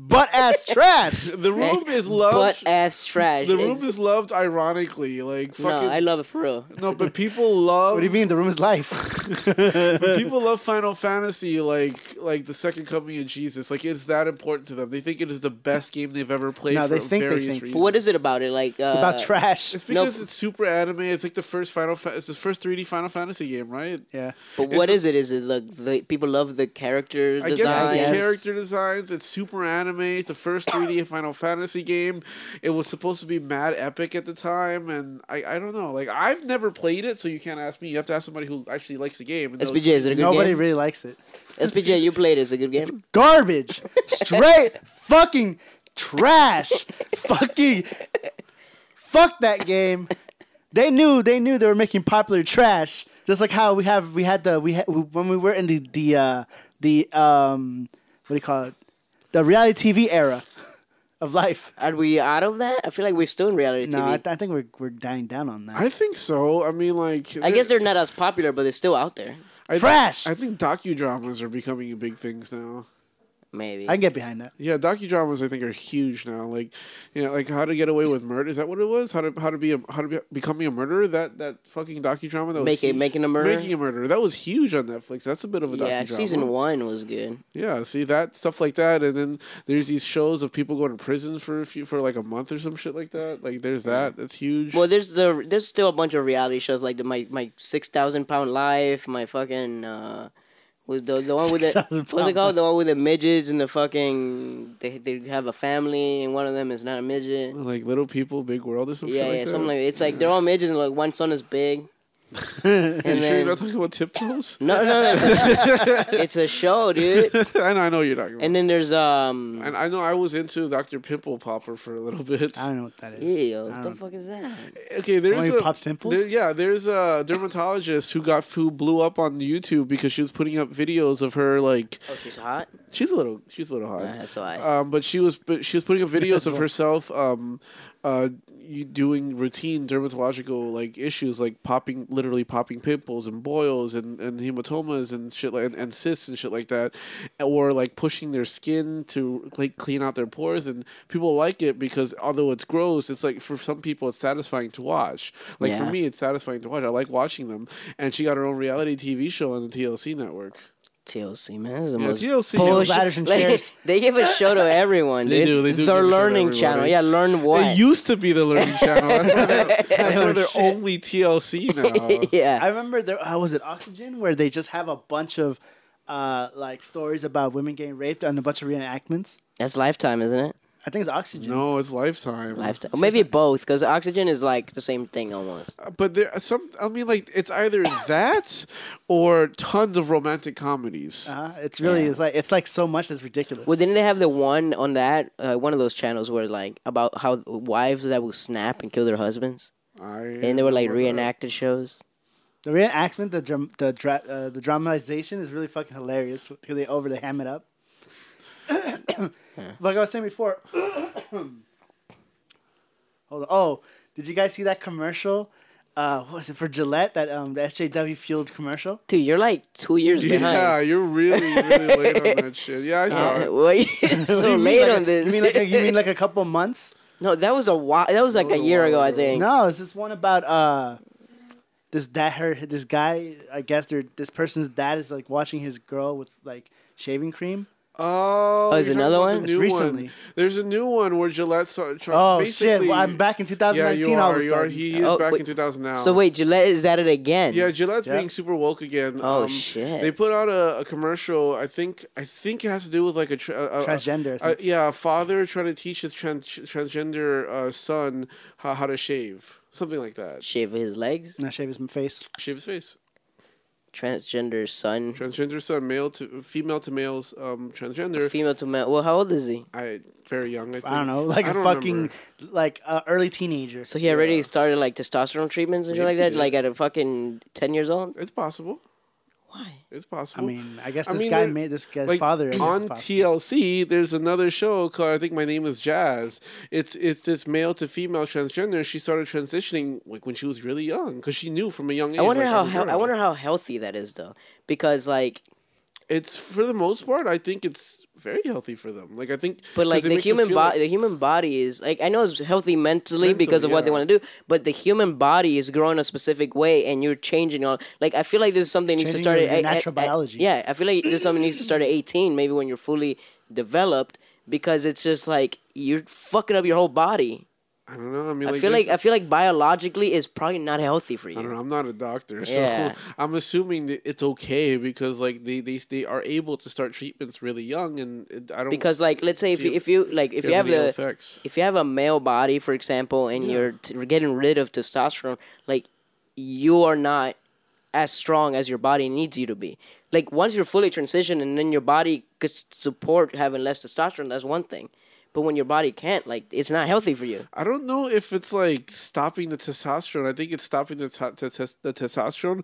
Speaker 2: butt ass trash.
Speaker 3: The room is loved.
Speaker 4: Butt ass trash.
Speaker 3: the room
Speaker 4: It's-
Speaker 3: is loved ironically, like
Speaker 4: no,
Speaker 3: fucking.
Speaker 4: I love it for real.
Speaker 3: no, but people love
Speaker 2: What do you mean? The room is life.
Speaker 3: people love Final Fantasy like like the second coming of Jesus. Like it's that important to them. They think it is the best game they've ever played
Speaker 2: No,
Speaker 3: for
Speaker 2: they think they
Speaker 3: various
Speaker 2: think.
Speaker 3: reasons.
Speaker 4: But what is it about it? Like uh,
Speaker 2: It's about trash.
Speaker 3: It's because it's super anime. It's like the first Final Fa- it's the first 3D Final Fantasy game, right?
Speaker 2: yeah.
Speaker 4: But
Speaker 3: It's
Speaker 4: what
Speaker 3: the-
Speaker 4: is it? Is it like the people love the character
Speaker 3: I
Speaker 4: design?
Speaker 3: guess it's the
Speaker 2: Yes.
Speaker 3: character designs. It's super anime. It's the first 3D Final Fantasy game. It was supposed to be mad epic at the time, and I, I don't know. Like I've never played it, so you can't ask me. You have to ask somebody who actually likes the game. and they'll-
Speaker 4: SPJ is it a good
Speaker 2: Nobody
Speaker 4: game?
Speaker 2: really likes it.
Speaker 4: SPJ, you played. it. Is it a good game?
Speaker 2: Garbage. Straight fucking trash. fucking Fuck that game. they knew they knew they were making popular trash. Just like how we have we had the we had, when we were in the the uh, the um what do you call it the reality TV era of life.
Speaker 4: Are we out of that? I feel like we're still in reality
Speaker 2: No,
Speaker 4: TV.
Speaker 2: I, th- I think we're we're dying down on that.
Speaker 3: I think so. I mean, like,
Speaker 4: I guess they're not as popular, but they're still out there.
Speaker 3: I-
Speaker 2: Trash!
Speaker 3: I think docudramas are becoming big things now.
Speaker 4: Maybe.
Speaker 2: I can get behind that.
Speaker 3: Yeah, docudramas I think are huge now. Like, you know, like How to Get Away with Murder. Is that what it was? How to How to be a, How to be, becoming a murderer? That that fucking docudrama that was
Speaker 4: Make it-
Speaker 3: huge.
Speaker 4: Making a Murderer?
Speaker 3: Making a murderer. That was huge on Netflix. That's a bit of a
Speaker 4: yeah,
Speaker 3: docudrama.
Speaker 4: season one was good.
Speaker 3: Yeah, see that stuff like that, and then there's these shows of people going to prison for a few for like a month or some shit like that. Like, there's that. That's huge.
Speaker 4: Mm. Well, there's the there's still a bunch of reality shows like the, my my six thousand pound life, my fucking uh, with the the one with the
Speaker 2: 6,000
Speaker 4: what's it
Speaker 2: pound
Speaker 4: called? The one with the midgets and the fucking they they have a family and one of them is not a midget.
Speaker 3: like little people, big world, or some
Speaker 4: Yeah,
Speaker 3: shit Mm, like
Speaker 4: yeah,
Speaker 3: that.
Speaker 4: something like it's like they're all midgets and like one son is big. and
Speaker 3: Are you sure
Speaker 4: then,
Speaker 3: you're not talking about tiptoes?
Speaker 4: no, no, no, it's a show, dude.
Speaker 3: I know, I know you're talking. About.
Speaker 4: And then there's um,
Speaker 3: And I know I was into Dr. Pimple Popper for a little bit.
Speaker 2: I don't know what that is.
Speaker 4: ew,
Speaker 2: I
Speaker 4: what the
Speaker 2: don't-
Speaker 4: fuck is that?
Speaker 3: Okay, there's
Speaker 2: Somebody
Speaker 3: a
Speaker 2: pops pimples?
Speaker 3: there- yeah, there's a dermatologist who got who blew up on YouTube because she was putting up videos of her like
Speaker 4: Oh, she's hot.
Speaker 3: she's a little she's a little hot.
Speaker 4: Uh, that's why.
Speaker 3: um, but she was but she was putting up videos of herself um, uh, you- doing routine dermatological like issues like popping literally popping pimples and boils and, and hematomas and shit like and, and cysts and shit like that or like pushing their skin to like clean out their pores and people like it because although it's gross it's like for some people it's satisfying to watch like for
Speaker 4: Yeah.
Speaker 3: me it's satisfying to watch I like watching them and she got her own reality TV show on the TLC network
Speaker 4: TLC man, this is the
Speaker 3: yeah,
Speaker 4: most
Speaker 3: TLC
Speaker 2: Bullshit.
Speaker 4: Bullshit.
Speaker 2: ladders and
Speaker 4: Like,
Speaker 2: chairs.
Speaker 4: they give a show to everyone.
Speaker 3: They
Speaker 4: dude.
Speaker 3: do, they do
Speaker 4: Their
Speaker 3: give a show to
Speaker 4: learning
Speaker 3: everyone.
Speaker 4: channel. Yeah, learn what.
Speaker 3: It used to be the Learning Channel. That's where they're, that's
Speaker 2: Oh,
Speaker 3: where they're
Speaker 2: shit.
Speaker 3: only TLC now.
Speaker 4: yeah.
Speaker 2: I remember there. How was it Oxygen, where they just have a bunch of uh, like stories about women getting raped and a bunch of reenactments.
Speaker 4: That's Lifetime, isn't it?
Speaker 2: I think it's Oxygen.
Speaker 3: No, it's Lifetime.
Speaker 4: Lifetime. Or maybe both, because Oxygen is like the same thing almost.
Speaker 3: But there are some. I mean, like it's either that or tons of romantic
Speaker 4: Uh,
Speaker 3: comedies.
Speaker 2: Uh-huh. It's really it's like it's like so much that's ridiculous.
Speaker 4: Well, didn't they have the one on that uh, one of those channels where like about how wives that will snap and kill their husbands,
Speaker 3: I
Speaker 4: and they were like
Speaker 3: remember that.
Speaker 4: reenacted shows.
Speaker 2: the reenactment, the dram- the dra- uh, the dramatization is really fucking hilarious because they over they ham it up. Like I was saying before. Hold on. Oh, did you guys see that commercial? Uh, what was it for Gillette? That um, the SJW fueled commercial.
Speaker 4: Dude, you're like two years
Speaker 3: Yeah,
Speaker 4: behind.
Speaker 3: you're really really late on that shit. Yeah, I saw
Speaker 4: Uh,
Speaker 3: it.
Speaker 4: well, you're so
Speaker 2: You mean
Speaker 4: late
Speaker 2: like
Speaker 4: on
Speaker 2: a-
Speaker 4: this.
Speaker 2: You mean like a, you mean like a couple months?
Speaker 4: no, that was a while. That was like a year ago, I think.
Speaker 2: No, it's this one about uh this dad her this guy I guess they this person's dad is like watching his girl with like shaving cream.
Speaker 3: Oh,
Speaker 4: Oh, is
Speaker 3: you're talking
Speaker 4: another
Speaker 3: about
Speaker 4: one?
Speaker 3: the
Speaker 2: It's
Speaker 3: new
Speaker 2: recently.
Speaker 3: There's a new one where Gillette. Saw, try,
Speaker 2: Oh shit,
Speaker 3: basically,
Speaker 2: well, I'm back in
Speaker 3: Yeah,
Speaker 2: 2019
Speaker 3: you
Speaker 2: all of
Speaker 3: are.
Speaker 2: a
Speaker 3: You are.
Speaker 2: sudden.
Speaker 3: He, he is
Speaker 4: Oh,
Speaker 3: back
Speaker 4: wait.
Speaker 3: in 2000 now.
Speaker 4: So wait, Gillette is at it again.
Speaker 3: Yeah, Gillette's
Speaker 2: Yeah.
Speaker 3: being super woke again.
Speaker 4: Oh,
Speaker 3: Um,
Speaker 4: shit.
Speaker 3: They put out a, a commercial. I think I think it has to do with like a, tra- a a-
Speaker 2: Transgender, I
Speaker 3: A,
Speaker 2: think.
Speaker 3: yeah, a father trying to teach his trans- transgender uh, son how, how to shave, something like that.
Speaker 4: shave his legs.
Speaker 2: Not shave his face.
Speaker 3: Shave his face.
Speaker 4: Transgender son,
Speaker 3: Transgender son, male to female to males, um, transgender.
Speaker 4: female to male. Well, how old is he?
Speaker 3: I very young. I, think.
Speaker 2: I don't know, like
Speaker 3: I
Speaker 2: a
Speaker 3: don't
Speaker 2: fucking
Speaker 3: remember.
Speaker 2: like uh, early teenager.
Speaker 4: So he already started like testosterone treatments and shit like
Speaker 3: Maybe
Speaker 4: that,
Speaker 3: he did.
Speaker 4: like at a fucking ten years old.
Speaker 3: It's possible.
Speaker 4: Why?
Speaker 3: It's
Speaker 2: I
Speaker 3: possible.
Speaker 2: mean, I guess
Speaker 3: I
Speaker 2: this
Speaker 3: mean,
Speaker 2: guy
Speaker 3: there-
Speaker 2: made this guy's
Speaker 3: like
Speaker 2: father is
Speaker 3: on
Speaker 2: possible.
Speaker 3: TLC. There's another show called I think My Name Is Jazz. It's it's this male to female transgender. She started transitioning like when she was really young because she knew from a young age.
Speaker 4: I wonder
Speaker 3: like,
Speaker 4: how
Speaker 3: I'm a
Speaker 4: hel- I
Speaker 3: girl.
Speaker 4: wonder how healthy that is though, because like,
Speaker 3: It's for the most part, I think it's very healthy for them. Like I think,
Speaker 4: but
Speaker 3: 'cause
Speaker 4: like
Speaker 3: it
Speaker 4: the
Speaker 3: makes them
Speaker 4: human
Speaker 3: feel
Speaker 4: body,
Speaker 3: like-
Speaker 4: the human body is like I know it's healthy mentally, because
Speaker 3: Mentally,
Speaker 4: of what they
Speaker 3: yeah.
Speaker 4: want to do, but the human body is growing a specific way, and you're changing all. Like I feel like this is something needs to
Speaker 2: Changing
Speaker 4: start
Speaker 2: your
Speaker 4: at,
Speaker 2: natural
Speaker 4: at- at-
Speaker 2: biology.
Speaker 4: yeah, I feel like this is something needs to start at eighteen, maybe when you're fully developed, because it's just like you're fucking up your whole body.
Speaker 3: I don't know. I mean,
Speaker 4: I
Speaker 3: like,
Speaker 4: feel like
Speaker 3: there's-
Speaker 4: I feel like biologically is probably not healthy for you.
Speaker 3: I don't know. I'm not a doctor, so
Speaker 4: Yeah.
Speaker 3: I'm assuming that it's okay because like they, they they are able to start treatments really young, and it, I don't
Speaker 4: because like let's say if
Speaker 3: see
Speaker 4: you, if you like if
Speaker 3: there's
Speaker 4: you have
Speaker 3: any ill
Speaker 4: the
Speaker 3: effects.
Speaker 4: if you have a male body for example and you're t- getting rid of testosterone like you are not as strong as your body needs you to be like once you're fully transitioned and then your body could s- support having less testosterone that's one thing but But when your body can't, like, it's not healthy for you.
Speaker 3: I don't know if it's like stopping the testosterone. I think it's stopping the, t- the, tes- the testosterone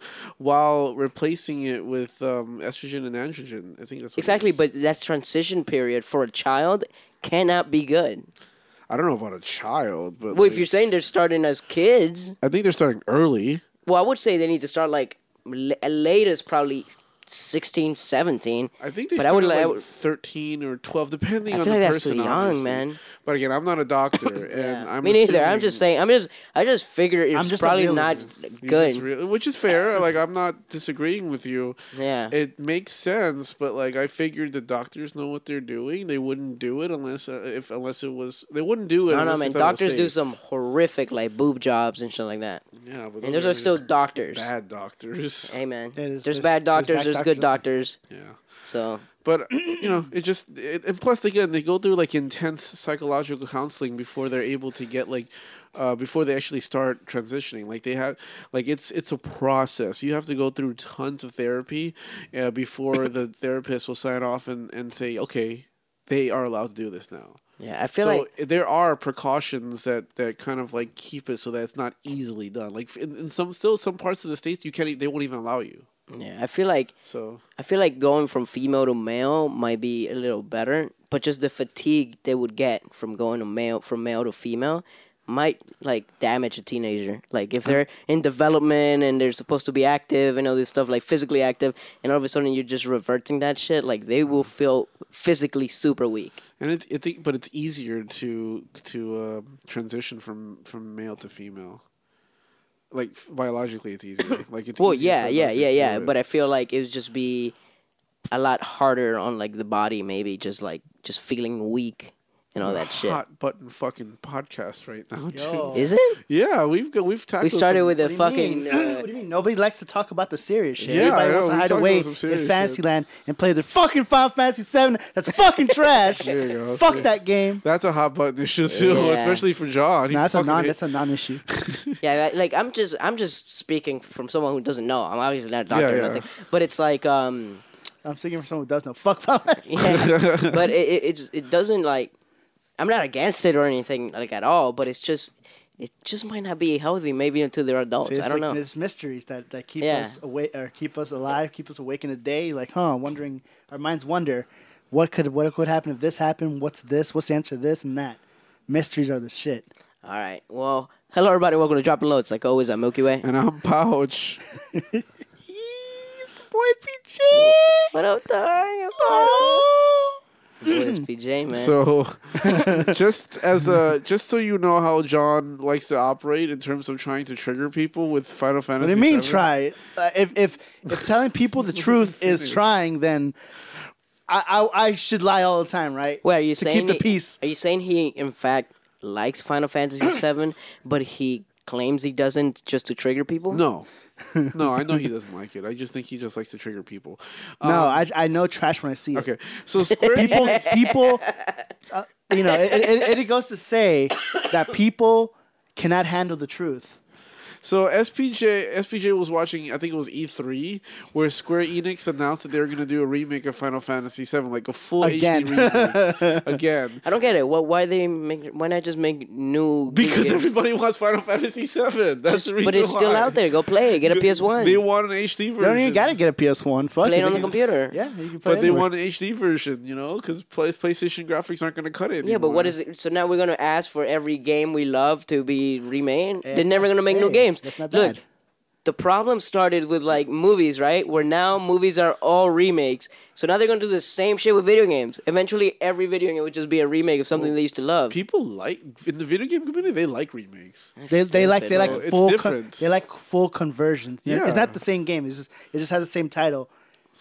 Speaker 3: while replacing it with um, estrogen and androgen. I think that's what it
Speaker 4: Exactly,
Speaker 3: is.
Speaker 4: but that transition period for a child cannot be good.
Speaker 3: I don't know about a child, but
Speaker 4: Well, if
Speaker 3: like,
Speaker 4: you're saying they're starting as kids,
Speaker 3: I think they're starting early.
Speaker 4: well, I would say they need to start like l- latest probably 16, 17.
Speaker 3: I think they
Speaker 4: But I
Speaker 3: start
Speaker 4: would
Speaker 3: at
Speaker 4: li- I
Speaker 3: like
Speaker 4: would-
Speaker 3: thirteen or twelve, depending
Speaker 4: I
Speaker 3: on
Speaker 4: feel
Speaker 3: the
Speaker 4: like that's
Speaker 3: person.
Speaker 4: young,
Speaker 3: obviously.
Speaker 4: man.
Speaker 3: But again, I'm not a doctor, and I'm
Speaker 4: Me neither. I'm
Speaker 3: assuming-
Speaker 4: just saying. I'm just. I just figure it's
Speaker 2: I'm just a
Speaker 4: probably not
Speaker 2: realist.
Speaker 3: You're
Speaker 4: good.
Speaker 3: just real- which is fair. like I'm not disagreeing with you.
Speaker 4: Yeah.
Speaker 3: It makes sense, but like I figured the doctors know what they're doing. They wouldn't do it unless uh, if unless it was they wouldn't do it.
Speaker 4: I don't know,
Speaker 3: unless they
Speaker 4: man.
Speaker 3: thought it was
Speaker 4: Doctors do
Speaker 3: safe.
Speaker 4: some horrific like boob jobs and shit like that.
Speaker 3: Yeah, but
Speaker 4: And
Speaker 3: those
Speaker 4: those are still
Speaker 3: just
Speaker 4: doctors.
Speaker 3: bad doctors.
Speaker 4: Hey, man.
Speaker 2: Yeah,
Speaker 4: there's,
Speaker 2: there's- there's- there's
Speaker 4: bad doctors.
Speaker 2: bad
Speaker 4: There's, good doctors.
Speaker 3: Yeah.
Speaker 4: So
Speaker 3: But you know, it just it, and plus again, they go through like intense psychological counseling before they're able to get like uh, before they actually start transitioning. Like they have like it's it's a process. You have to go through tons of therapy uh, before the therapist will sign off and and say, okay, they are allowed to do this now.
Speaker 4: yeah, I feel
Speaker 3: so
Speaker 4: like
Speaker 3: there are precautions that, that kind of like keep it so that it's not easily done. Like in, in some still some parts of the states, you can't e- they won't even allow you.
Speaker 4: yeah, I feel like
Speaker 3: So
Speaker 4: I feel like going from female to male might be a little better, but just the fatigue they would get from going to male from male to female might like damage a teenager. Like if they're in development and they're supposed to be active and all this stuff, like physically active, and all of a sudden you're just reverting that shit, like they will feel physically super weak.
Speaker 3: And it's I think, but it's easier to to uh, transition from from male to female. Like f- biologically, it's easier. Like it's
Speaker 4: Well,
Speaker 3: easier
Speaker 4: yeah,
Speaker 3: for
Speaker 4: yeah,
Speaker 3: doctors
Speaker 4: yeah,
Speaker 3: to
Speaker 4: yeah.
Speaker 3: do it.
Speaker 4: But I feel like it would just be a lot harder on like the body, maybe just like just feeling weak and all that shit.
Speaker 3: hot button fucking podcast right now.
Speaker 2: Yo.
Speaker 3: Dude.
Speaker 4: Is it?
Speaker 3: Yeah, we've got we've tackled.
Speaker 4: We started
Speaker 3: some-
Speaker 4: with a
Speaker 2: What do you
Speaker 4: fucking.
Speaker 2: mean?
Speaker 4: Uh,
Speaker 2: what do you mean? Nobody likes to talk about the serious shit.
Speaker 3: Yeah, I
Speaker 2: Everybody
Speaker 3: know.
Speaker 2: wants to
Speaker 3: We've
Speaker 2: hide
Speaker 3: talked
Speaker 2: away
Speaker 3: about some serious
Speaker 2: in
Speaker 3: shit.
Speaker 2: Fantasyland and play their fucking Final Fantasy Seven. That's fucking trash.
Speaker 3: you go.
Speaker 2: Fuck
Speaker 3: See?
Speaker 2: that game.
Speaker 3: That's a hot button issue too,
Speaker 4: Yeah.
Speaker 3: especially for John. He
Speaker 2: Nah, that's a
Speaker 3: fucking
Speaker 2: non.
Speaker 3: hate-
Speaker 2: That's a non-issue.
Speaker 4: yeah, that- like I'm just I'm just speaking from someone who doesn't know. I'm obviously not a doctor
Speaker 3: Yeah,
Speaker 4: or
Speaker 3: yeah.
Speaker 4: nothing, but it's like um,
Speaker 2: I'm thinking for someone who does know. Fuck Final Fantasy.
Speaker 4: yeah, but it it, it's, it doesn't like I'm not against it or anything like at all. But it's just it just might not be healthy maybe until they're adults.
Speaker 2: See, it's
Speaker 4: I don't
Speaker 2: like
Speaker 4: know.
Speaker 2: There's mysteries that, that keep
Speaker 4: Yeah.
Speaker 2: us awake or keep us alive, keep us awake in the day. Like, huh? Wondering, our minds wonder, what could what could happen if this happened? What's this? What's the answer to this and that? Mysteries are the shit.
Speaker 4: All right, well. Hello, everybody. Welcome to Dropping Loads. Like always, I'm Milky Way.
Speaker 3: And I'm pouch.
Speaker 4: What up, dog? Oh. Boys, PJ, man.
Speaker 3: So, just as a just so you know how John likes to operate in terms of trying to trigger people with Final
Speaker 2: What
Speaker 3: Fantasy.
Speaker 2: do you mean
Speaker 3: VII.
Speaker 2: try it? Uh, if if if telling people the truth is trying, then I, I I should lie all the time, right?
Speaker 4: Wait, are you
Speaker 2: to
Speaker 4: saying
Speaker 2: keep the
Speaker 4: he-
Speaker 2: peace?
Speaker 4: Are you saying he in fact likes Final Fantasy VII, but he claims he doesn't just to trigger people?
Speaker 3: No, no, I know he doesn't like it. I just think he just likes to trigger people.
Speaker 4: Oh.
Speaker 3: Um,
Speaker 2: No, I I know trash when I see it.
Speaker 3: Okay, so Square E-,
Speaker 2: people people uh, you know it, it, it goes to say that people cannot handle the truth
Speaker 3: So SPJ SPJ was watching I think it was E3 where Square Enix announced that they were going to do a remake of Final Fantasy 7 like a full
Speaker 2: Again.
Speaker 3: HD remake again
Speaker 4: I don't get it. What? Why they make? Why not just make new? video
Speaker 3: because
Speaker 4: games?
Speaker 3: everybody wants Final Fantasy 7. That's the reason
Speaker 4: but it's still
Speaker 3: why.
Speaker 4: out there. Go play. it. Get a PS One.
Speaker 3: They want an HD version.
Speaker 2: they don't even gotta get a ps1 fuck
Speaker 4: Play it
Speaker 2: you
Speaker 4: on the
Speaker 2: can-
Speaker 4: computer.
Speaker 2: yeah you can play
Speaker 3: but they
Speaker 2: anywhere.
Speaker 3: want an HD version, you know, cuz PlayStation graphics aren't going to cut it.
Speaker 4: Yeah, but what
Speaker 3: anymore.
Speaker 4: is it? So now we're gonna ask for every game we love to be remade.
Speaker 2: Yeah,
Speaker 4: They're
Speaker 2: it's
Speaker 4: never
Speaker 2: not-
Speaker 4: gonna make new
Speaker 2: hey,
Speaker 4: games.
Speaker 2: that's not
Speaker 4: Look,
Speaker 2: bad.
Speaker 4: the problem started with like movies, right? Where now movies are all remakes. So now they're gonna do the same shit with video games. Eventually, every video game would just be a remake of something they used to love.
Speaker 3: people like in the video game community they like remakes.
Speaker 2: they, they like they like
Speaker 3: It's
Speaker 2: full con-
Speaker 3: different.
Speaker 2: they like full conversions You know,
Speaker 3: Yeah.
Speaker 2: it's not the same game it's just it just has the same title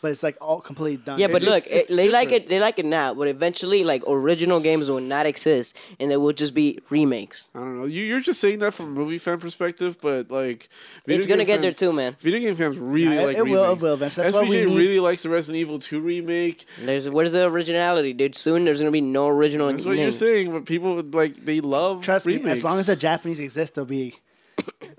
Speaker 2: but it's like all completely done
Speaker 4: Yeah, but
Speaker 3: It's-
Speaker 4: look,
Speaker 3: it's
Speaker 4: it, they like it. They like it now, but eventually, like original games will not exist, and they will just be remakes.
Speaker 3: I don't know. You, you're just saying that from a movie fan perspective, but like, video
Speaker 4: It's gonna
Speaker 3: game
Speaker 4: get there too, man.
Speaker 3: Video game fans really
Speaker 2: Yeah, it-
Speaker 3: like
Speaker 2: it will- it
Speaker 3: remakes.
Speaker 2: will eventually. That's why we
Speaker 3: SBJ
Speaker 2: need-
Speaker 3: really likes the Resident Evil 2 remake.
Speaker 4: There's where's the originality, dude? Soon there's gonna be no original.
Speaker 3: That's what you're
Speaker 4: names.
Speaker 3: saying. But people would, like they love
Speaker 2: trust
Speaker 3: remakes.
Speaker 2: me as long as the japanese exist they'll be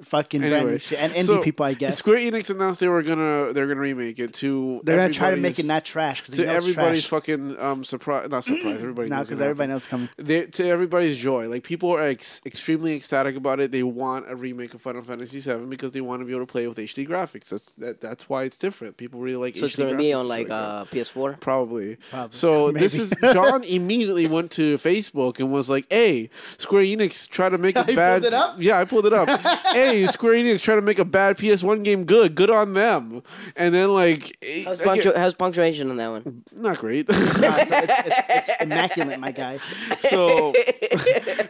Speaker 2: fucking brand new
Speaker 3: Anyway,
Speaker 2: shit and indie
Speaker 3: so
Speaker 2: people, I guess.
Speaker 3: Square Enix announced they were gonna they're gonna remake it to
Speaker 2: They're gonna try to make it
Speaker 3: everybody's-
Speaker 2: not trash because
Speaker 3: to everybody's
Speaker 2: trash.
Speaker 3: fucking um surprise not surprise everybody
Speaker 2: now
Speaker 3: knows
Speaker 2: because
Speaker 3: gonna
Speaker 2: everybody
Speaker 3: happen.
Speaker 2: knows it's coming.
Speaker 3: They, to everybody's joy, like people are ex- extremely ecstatic about it. They want a remake of Final Fantasy VII because they want to be able to play with HD graphics. That's that, that's why it's different. People really like.
Speaker 4: So it's
Speaker 3: HD
Speaker 4: gonna be
Speaker 3: graphics
Speaker 4: on
Speaker 3: and
Speaker 4: like
Speaker 3: stuff that.
Speaker 4: uh, PS4.
Speaker 3: Probably.
Speaker 2: Probably.
Speaker 3: So
Speaker 2: Maybe.
Speaker 3: this is John immediately went to Facebook and was like, "Hey, Square Enix try to make a
Speaker 2: He
Speaker 3: bad
Speaker 2: pulled it up?
Speaker 3: Yeah, I pulled it up. hey, Square Enix try to make a bad PS1 game good. Good on them." And then like eh,
Speaker 4: How's,
Speaker 3: again,
Speaker 4: punctu- how's punctuation on that one?
Speaker 3: not great.
Speaker 2: Nah, it's, it's, it's, it's immaculate, my guy.
Speaker 3: so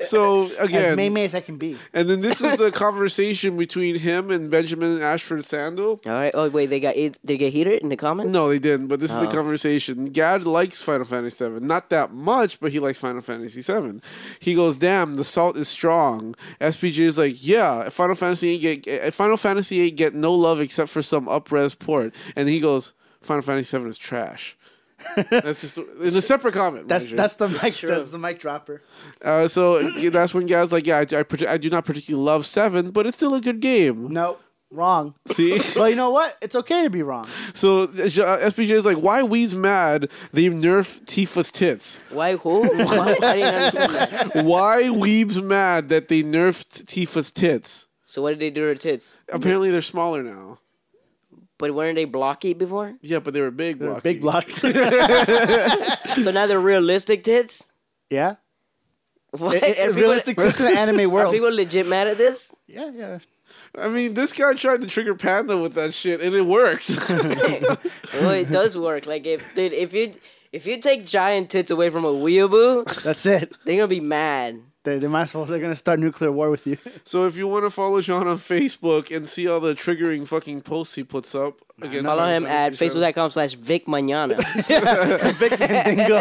Speaker 3: so
Speaker 2: As
Speaker 3: again
Speaker 2: May May as I can be.
Speaker 3: and then this is the conversation between him and Benjamin Ashford Sandel.
Speaker 4: All right. Oh wait, they got they get heated in the comments.
Speaker 3: No, they didn't. But this
Speaker 2: Oh.
Speaker 3: is the conversation. Gad likes Final Fantasy VII, not that much, but he likes Final Fantasy VII. He goes, "Damn, the salt is strong." SPJ is like, "Yeah, Final Fantasy VIII get eh, Final Fantasy VIII get no love except for some upres port," and he goes, "Final Fantasy VII is trash." that's just in a separate comment.
Speaker 2: That's
Speaker 3: mind you.
Speaker 2: that's the mic.
Speaker 4: true.
Speaker 2: That's the mic dropper.
Speaker 3: uh, so yeah, that's when Gad's like, "Yeah, I, I, partic- I do not particularly love Seven, but it's still a good game."
Speaker 2: No, wrong.
Speaker 3: See.
Speaker 2: But you know what? It's okay to be wrong.
Speaker 3: So uh, SPJ is like, why Weed's mad they nerf Tifa's tits?
Speaker 4: Why who? What? I didn't understand that.
Speaker 3: Why Weeb's mad that they nerfed Tifa's tits?
Speaker 4: So what did they do to her tits?
Speaker 3: Apparently they're smaller now.
Speaker 4: But weren't they blocky before?
Speaker 3: Yeah, but they were big blocky.
Speaker 2: Big blocks.
Speaker 4: So now they're realistic tits.
Speaker 2: yeah.
Speaker 4: What?
Speaker 2: It, it-
Speaker 4: Are
Speaker 2: it's
Speaker 4: people-
Speaker 2: realistic to the anime
Speaker 4: Are
Speaker 2: world.
Speaker 4: people legit mad at this?
Speaker 2: Yeah, yeah.
Speaker 3: I mean, this guy tried to trigger Panda with that shit, and it worked.
Speaker 4: well, it does work. Like if dude, if you if you take giant tits away from a weeaboo,
Speaker 2: That's it.
Speaker 4: they're gonna be mad.
Speaker 2: They, they might as well. They're gonna start nuclear war with you.
Speaker 3: so if you want to follow John on Facebook and see all the triggering fucking posts he puts up against
Speaker 4: Follow
Speaker 3: Final
Speaker 4: him at
Speaker 3: Fantasy VII.
Speaker 4: facebook.com slash Vic Manana.
Speaker 2: Big man dingo.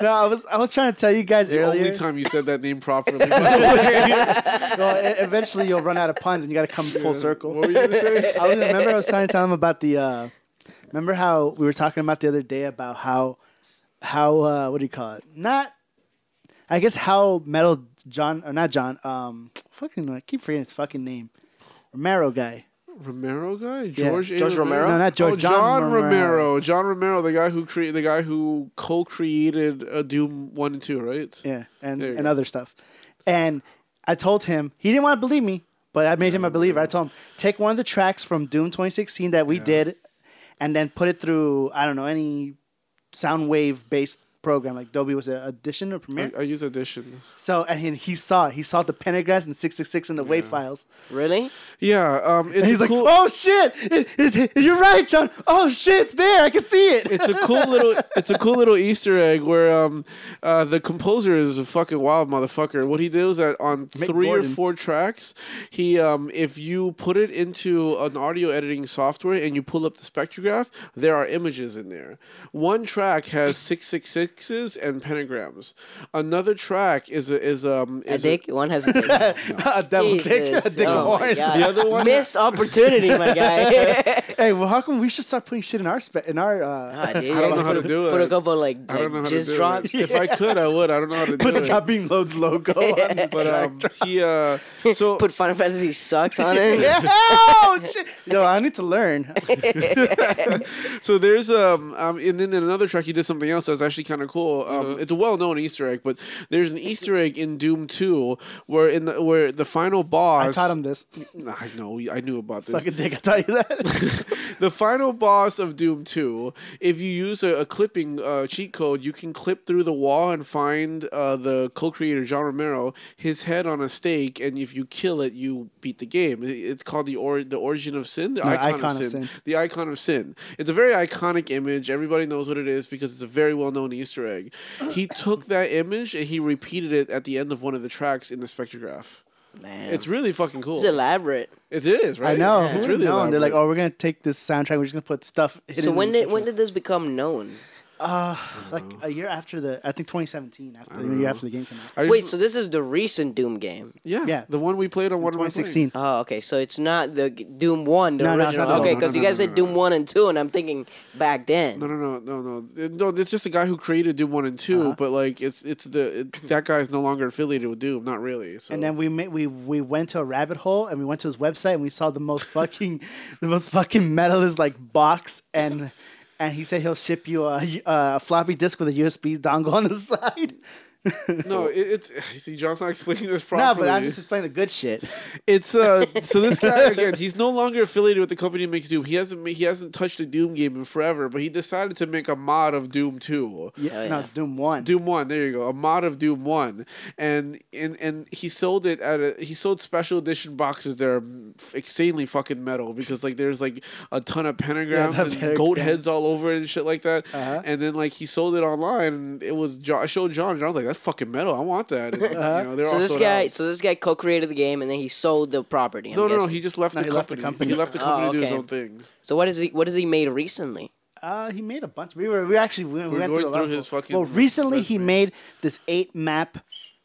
Speaker 2: no, I was I was trying to tell you guys
Speaker 3: The
Speaker 2: earlier.
Speaker 3: only time you said that name properly. what
Speaker 2: Well, e- eventually you'll run out of puns and you got to come full circle.
Speaker 3: were you gonna say?
Speaker 2: I was, remember I was trying to tell him about the. Uh, remember how we were talking about the other day about how, how uh, what do you call it? Not, I guess how metal John or not John. Um, fucking I keep forgetting his fucking name. Romero guy.
Speaker 3: Romero guy, George, A.
Speaker 4: George Romero?
Speaker 2: No, not George.
Speaker 3: oh,
Speaker 2: John, Romero.
Speaker 3: John Romero, the guy who created, the guy who co-created uh, Doom One and Two, right?
Speaker 2: Yeah, and
Speaker 3: There you
Speaker 2: and
Speaker 3: go.
Speaker 2: other stuff. And I told him he didn't want to believe me, but I made him a believer. I told him take one of the tracks from Doom 2016 that we did, and then put it through I don't know any sound wave based program like Dolby was it Audition or Premiere.
Speaker 3: I, I use Audition.
Speaker 2: So and he, he saw it. he saw the pentagraphs and 666 in the wave files.
Speaker 4: really?
Speaker 3: Yeah, um, it's
Speaker 2: And he's
Speaker 3: a
Speaker 2: like,
Speaker 3: cool,
Speaker 2: oh shit, It- it- you're right, John. Oh shit, it's there. I can see it.
Speaker 3: it's a cool little, it's a cool little Easter egg where um, uh, the composer is a fucking wild motherfucker. What he did was that on
Speaker 2: Mick
Speaker 3: three
Speaker 2: Gordon.
Speaker 3: or four tracks, he um, if you put it into an audio editing software and you pull up the spectrograph, there are images in there. One track has six six sixes and pentagrams. Another track is a, is um
Speaker 4: A
Speaker 3: is a-
Speaker 4: dick? One has a dick.
Speaker 2: a devil dick, a
Speaker 4: Jesus.
Speaker 2: dick
Speaker 4: Oh my
Speaker 2: horns.
Speaker 4: God.
Speaker 3: The other one-
Speaker 4: Missed opportunity, my guy.
Speaker 2: Hey, well, how come we should start putting shit in our spe- in our uh,
Speaker 4: I don't
Speaker 3: I don't know how to do it.
Speaker 4: Put a couple like,
Speaker 3: I don't know
Speaker 4: like
Speaker 3: how to do
Speaker 4: jizz drops.
Speaker 3: it. If I could, I would. I don't know how to do
Speaker 2: put the
Speaker 3: it.
Speaker 2: Dropping Loads logo on the
Speaker 3: But um, he uh, so
Speaker 4: Put Final Fantasy sucks on it.
Speaker 2: Yeah. Oh, shit. Yo, I need to learn.
Speaker 3: So there's um, um and then in another track he did something else that's actually kind of cool. Um, it's a well-known Easter egg, but there's an Easter egg in Doom 2 where in the where the final boss.
Speaker 2: I taught him this.
Speaker 3: I know I knew about this.
Speaker 2: Fucking dick, I taught you that.
Speaker 3: the final boss of Doom 2, if you use a, a clipping uh, cheat code, you can clip through the wall and find uh, the co creator, John Romero, his head on a stake, and if you kill it, you beat the game. It- It's called the or- the Origin of Sin, the, icon, of, sin. The Icon of Sin. It's a very iconic image. Everybody knows what it is because it's a very well known Easter egg. He took that image and he repeated it at the end of one of the tracks in the spectrograph.
Speaker 4: Man.
Speaker 3: It's
Speaker 4: It's,
Speaker 3: really fucking cool.
Speaker 4: elaborate.
Speaker 3: It is,
Speaker 2: I
Speaker 3: right?
Speaker 2: know.
Speaker 3: It's
Speaker 2: Who
Speaker 3: really
Speaker 2: known? They're like,
Speaker 3: elaborate.
Speaker 2: oh, we're gonna take this soundtrack. We're just gonna put stuff. Hidden
Speaker 4: So when
Speaker 2: in this
Speaker 4: did when did this become known?
Speaker 2: Uh, like a year after the, I think 2017, after the year after the game came out.
Speaker 3: I just-
Speaker 4: Wait, so this is the recent Doom game.
Speaker 3: yeah,
Speaker 2: yeah.
Speaker 3: the one we played on one of my
Speaker 2: 2016.
Speaker 4: Oh, okay. So it's not the g- Doom One. The
Speaker 2: No, no,
Speaker 4: original.
Speaker 2: it's not the
Speaker 4: okay,
Speaker 2: one.
Speaker 4: because
Speaker 3: No, no,
Speaker 4: you guys
Speaker 3: no,
Speaker 4: said
Speaker 3: no,
Speaker 4: Doom One and Two, and I'm thinking back then.
Speaker 3: No, no, no, no, no. No, it's just the guy who created Doom One and 2
Speaker 2: Uh-huh.
Speaker 3: but like it's it's the it, that guy is no longer affiliated with Doom, not really. So
Speaker 2: And then we made, we we went to a rabbit hole and we went to his website and we saw the most fucking the most fucking metalist like box and and he said he'll ship you a, a floppy disk with a USB dongle on the side.
Speaker 3: no, it, it's you see, John's not explaining this
Speaker 2: no,
Speaker 3: properly.
Speaker 2: but I'm just explaining the good shit.
Speaker 3: It's uh, so this guy again. He's no longer affiliated with the company that makes Doom. He hasn't ma- he hasn't touched a Doom game in forever, but he decided to make a mod of Doom Two.
Speaker 2: Yeah,
Speaker 4: yeah.
Speaker 2: no, it's Doom One.
Speaker 3: Doom One, there you go, a mod of Doom One, and and and he sold it at a he sold special edition boxes that are insanely fucking metal because like there's like a ton of pentagrams
Speaker 2: Yeah, the
Speaker 3: and
Speaker 2: pentagram. Uh-huh.
Speaker 3: goat heads all over it and shit like that, and then like he sold it online and it was jo- I showed John and John's like that's fucking metal, I want that. And,
Speaker 2: Uh-huh.
Speaker 3: you know, they're
Speaker 4: So
Speaker 3: all
Speaker 4: this
Speaker 3: sold
Speaker 4: guy,
Speaker 3: out.
Speaker 4: so this guy co-created the game, and then he sold the property. I'm
Speaker 3: No, no, no.
Speaker 4: guessing.
Speaker 3: He just left,
Speaker 2: No,
Speaker 3: the,
Speaker 2: he
Speaker 3: company.
Speaker 2: left the company.
Speaker 3: He left the
Speaker 4: Oh,
Speaker 3: company to do his
Speaker 4: okay.
Speaker 3: own thing.
Speaker 4: so what is he? What has he made recently?
Speaker 2: Uh, he made a bunch. We were we actually we, went
Speaker 3: We're going
Speaker 2: through, a
Speaker 3: through
Speaker 2: lot of-
Speaker 3: his fucking
Speaker 2: Well, recently he
Speaker 3: resume.
Speaker 2: made this eight map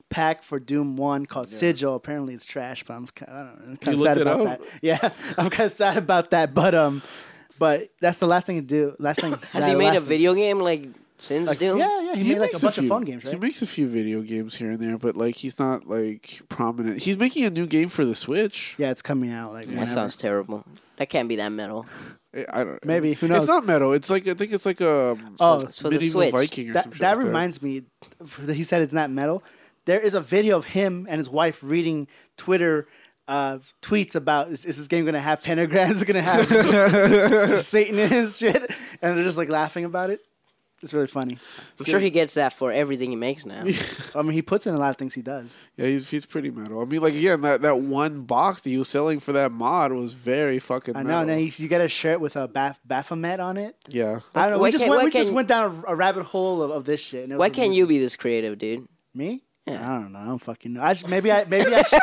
Speaker 2: pack for Doom One called Sigil. Apparently it's trash, but I'm ki- I don't know, kind
Speaker 3: You
Speaker 2: of sad
Speaker 3: looked it
Speaker 2: about
Speaker 3: up?
Speaker 2: that. Yeah, I'm kind of sad about that. But um, but that's the last thing to do. Last thing
Speaker 4: Has
Speaker 2: that
Speaker 4: he made a
Speaker 2: last thing-
Speaker 4: video game like since
Speaker 2: Like,
Speaker 4: Doom?
Speaker 2: Yeah, yeah. He, made like a
Speaker 3: makes
Speaker 2: bunch
Speaker 3: few,
Speaker 2: of phone games,
Speaker 3: He
Speaker 2: right?
Speaker 3: makes a few video games here and there, but like he's not like prominent. He's making a new game for the Switch.
Speaker 2: yeah, it's coming out. Like
Speaker 4: That
Speaker 2: whenever.
Speaker 4: sounds terrible. That can't be that metal.
Speaker 3: I- Eh, I don't.
Speaker 2: Maybe, who knows?
Speaker 3: It's not metal. It's like I think it's like a
Speaker 2: Oh,
Speaker 3: a
Speaker 4: It's for the
Speaker 3: medieval
Speaker 4: Switch.
Speaker 3: Viking or
Speaker 2: that
Speaker 3: some shit.
Speaker 2: that
Speaker 3: like
Speaker 2: reminds me. He said it's not metal. There is a video of him and his wife reading Twitter uh, tweets about is, is this game going to have pentagrams? Is it going to have Satan in his shit? And they're just like laughing about it. It's really funny.
Speaker 4: I'm sure he gets that for everything he makes now.
Speaker 2: I mean, he puts in a lot of things he does.
Speaker 3: Yeah, he's he's pretty metal. I mean, like again, that, that one box that he was selling for that mod was very fucking.
Speaker 2: I
Speaker 3: metal.
Speaker 2: know. And then you, you get a shirt with a Baph- Baphomet on it.
Speaker 3: yeah.
Speaker 2: I don't know.
Speaker 4: Why
Speaker 2: We just,
Speaker 4: can't-
Speaker 2: went,
Speaker 4: why
Speaker 2: we just
Speaker 4: can't-
Speaker 2: went down a, a rabbit hole of, of this shit. and it
Speaker 4: Why
Speaker 2: was
Speaker 4: can't you be this creative, dude?
Speaker 2: Me?
Speaker 4: Yeah.
Speaker 2: I don't know. I don't fucking know. I sh- maybe I maybe I should,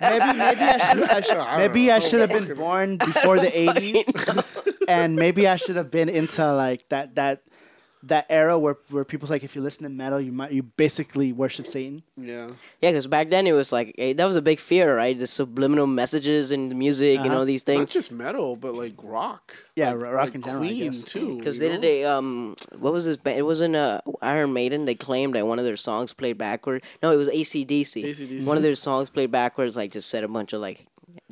Speaker 2: maybe maybe I should I should-
Speaker 3: I don't
Speaker 2: maybe I
Speaker 3: know.
Speaker 2: should have been born before the eighties, and maybe I should have been into like that that that era where where people's like if you listen to metal you might you basically worship Satan.
Speaker 3: Yeah.
Speaker 4: Yeah, because back then it was like eh, that was a big fear, right? The subliminal messages in the music and all these
Speaker 3: Not
Speaker 4: things.
Speaker 3: just metal, but like rock.
Speaker 2: Yeah,
Speaker 3: like,
Speaker 2: ro- rock
Speaker 3: like
Speaker 2: and general, I
Speaker 3: Queen
Speaker 2: guess.
Speaker 3: too.
Speaker 4: Because
Speaker 3: you
Speaker 4: they
Speaker 3: know?
Speaker 4: did a um, what was this? Band? It wasn't uh, Iron Maiden. They claimed that one of their songs played backward. No, it was ACDC.
Speaker 3: AC/DC.
Speaker 4: One of their songs played backwards. Like just said a bunch of like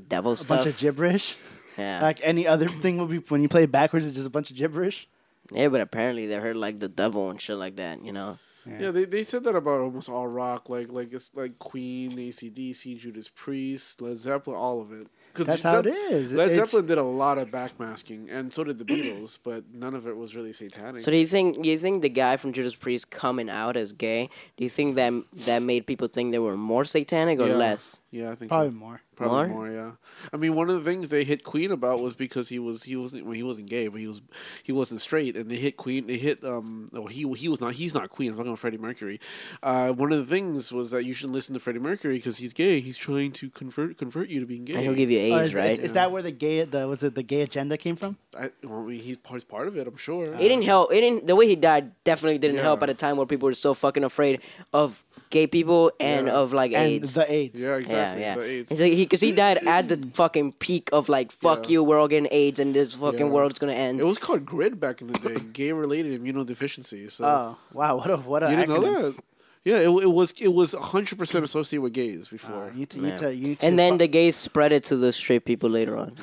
Speaker 4: devil
Speaker 2: A
Speaker 4: stuff.
Speaker 2: bunch of gibberish.
Speaker 4: yeah,
Speaker 2: Like any other thing would be when you play it backwards, it's just a bunch of gibberish.
Speaker 4: yeah. But apparently they heard like the devil and shit like that. You know.
Speaker 3: Yeah, they, they said that about almost all rock, like like it's like Queen, ACDC, Judas Priest, Led Zeppelin, all of it. 'Cause
Speaker 2: That's
Speaker 3: Ze-
Speaker 2: how it is.
Speaker 3: Led
Speaker 2: It's-
Speaker 3: Zeppelin did a lot of backmasking, and so did the Beatles, but none of it was really satanic.
Speaker 4: So do you think do you think the guy from Judas Priest coming out as gay? Do you think that that made people think they were more satanic or
Speaker 3: yeah.
Speaker 4: less?
Speaker 3: Yeah, I think
Speaker 2: Probably
Speaker 3: so.
Speaker 2: more.
Speaker 3: Probably
Speaker 4: More?
Speaker 3: more? yeah. I mean, one of the things they hit Queen about was because he was he wasn't well, he wasn't gay, but he was he wasn't straight, and they hit Queen. They hit um oh he he was not he's not Queen. I'm talking about Freddie Mercury. Uh, one of the things was that you shouldn't listen to Freddie Mercury because he's gay. He's trying to convert convert you to being gay.
Speaker 4: And he'll give you age,
Speaker 2: Oh, is,
Speaker 4: right?
Speaker 2: is, is that where the gay the was it the gay agenda came from?
Speaker 3: I, well, I mean, he's part, he's part of it, I'm sure.
Speaker 4: it didn't help. It didn't. The way he died definitely didn't help
Speaker 3: Yeah.
Speaker 4: at a time where people were so fucking afraid of gay people and
Speaker 3: Yeah.
Speaker 4: of like
Speaker 2: And
Speaker 4: AIDS.
Speaker 2: the AIDS.
Speaker 3: yeah, exactly.
Speaker 4: Yeah,
Speaker 3: the
Speaker 4: yeah.
Speaker 3: AIDS.
Speaker 4: Because like he, 'cause he died at the fucking peak of like, fuck
Speaker 3: Yeah.
Speaker 4: you, we're all getting AIDS, and this fucking
Speaker 3: Yeah.
Speaker 4: world's gonna end.
Speaker 3: It was called GRID back in the day, gay related immunodeficiency. So
Speaker 2: Oh wow, what a what a
Speaker 3: you didn't
Speaker 2: acronym.
Speaker 3: know that? Yeah, it, it was it was 100 percent associated with gays before.
Speaker 2: Oh, You, t- you, t- you need to
Speaker 4: and then
Speaker 2: fu-
Speaker 4: the gays spread it to the straight people later on.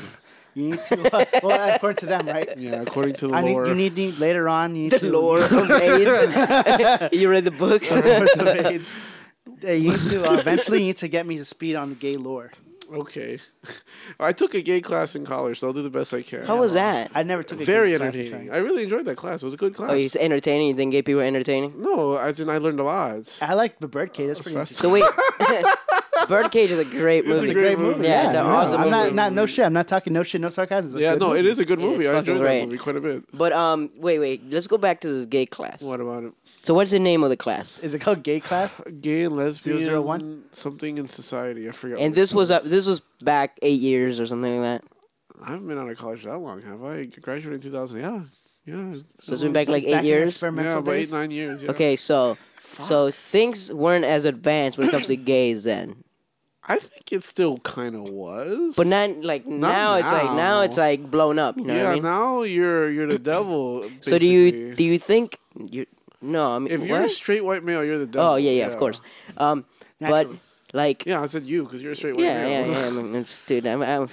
Speaker 2: You need to, uh, well, according to them, right?
Speaker 3: yeah, according to the
Speaker 2: I need,
Speaker 3: lore.
Speaker 2: you need, need later on. You need
Speaker 4: The
Speaker 2: to,
Speaker 4: lore of AIDS. you read the books.
Speaker 2: Lords of AIDS. Yeah, you need to uh, eventually. You need to get me to speed on the gay lore.
Speaker 3: okay, I took a gay class in college, so I'll do the best I can.
Speaker 4: How was that?
Speaker 2: I never took a
Speaker 3: Very
Speaker 2: gay class in
Speaker 3: entertaining.
Speaker 2: training.
Speaker 3: I really enjoyed that class. It was a good class.
Speaker 4: Oh, you s- entertaining? You think gay people are entertaining?
Speaker 3: no, as in I learned a lot.
Speaker 2: I like the birdcage. That's pretty.
Speaker 3: That's
Speaker 2: Interesting.
Speaker 4: So wait, Birdcage is a great movie.
Speaker 2: It's a great movie.
Speaker 4: Yeah, it's an awesome
Speaker 2: I'm
Speaker 4: movie.
Speaker 2: Not, not no shit. I'm not talking no shit, no sarcasm. It's a
Speaker 3: yeah,
Speaker 2: good
Speaker 3: no,
Speaker 2: movie.
Speaker 3: it is a good
Speaker 4: Yeah, it's
Speaker 3: movie. I
Speaker 4: fucking
Speaker 3: enjoyed
Speaker 4: great.
Speaker 3: that movie quite a bit.
Speaker 4: but um, wait, wait. Let's go back to this gay class.
Speaker 3: What about it?
Speaker 4: So what's the name of the class?
Speaker 2: Is it called gay class?
Speaker 3: Gay and lesbian
Speaker 2: 001?
Speaker 3: something in society. I forgot.
Speaker 4: And
Speaker 3: what it's
Speaker 4: this was uh, this was back eight years or something like that.
Speaker 3: I haven't been out of college that long, have I? I graduated in 2000. Yeah. Yeah.
Speaker 4: So it's been back like
Speaker 2: It's
Speaker 4: eight
Speaker 2: in
Speaker 4: years.
Speaker 2: experimental
Speaker 3: Yeah, about
Speaker 2: days.
Speaker 3: eight, nine years. Yeah.
Speaker 4: Okay, so so things weren't as advanced when it comes to gays then,
Speaker 3: I think it still kind of was.
Speaker 4: but not like now, It's like now
Speaker 3: now.
Speaker 4: it's like blown up. You know what
Speaker 3: yeah,
Speaker 4: I mean?
Speaker 3: now you're you're the devil. Basically.
Speaker 4: so do you do you think you? No, I mean
Speaker 3: if you're a
Speaker 4: what?
Speaker 3: straight white male, you're the devil.
Speaker 4: oh yeah, yeah, of course. Um, but
Speaker 2: Naturally.
Speaker 4: like yeah,
Speaker 3: Yeah, I said you because you're a straight white
Speaker 4: yeah, yeah,
Speaker 3: male.
Speaker 4: I mean, it's, dude, I'm, I'm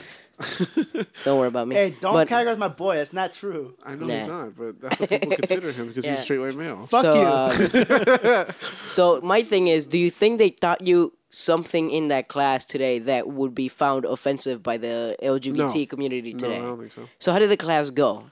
Speaker 4: don't worry about me.
Speaker 2: Hey, don't
Speaker 4: but,
Speaker 2: categorize my boy. That's not true.
Speaker 3: I know he's
Speaker 4: Nah.
Speaker 3: not, but that's what people consider him because
Speaker 4: Yeah.
Speaker 3: he's straight white male.
Speaker 2: Fuck
Speaker 4: so,
Speaker 2: you.
Speaker 4: um, so my thing is, do you think they taught you something in that class today that would be found offensive by the LGBT
Speaker 3: No.
Speaker 4: community
Speaker 3: No, I
Speaker 4: today?
Speaker 3: don't think so.
Speaker 4: So how did the class go?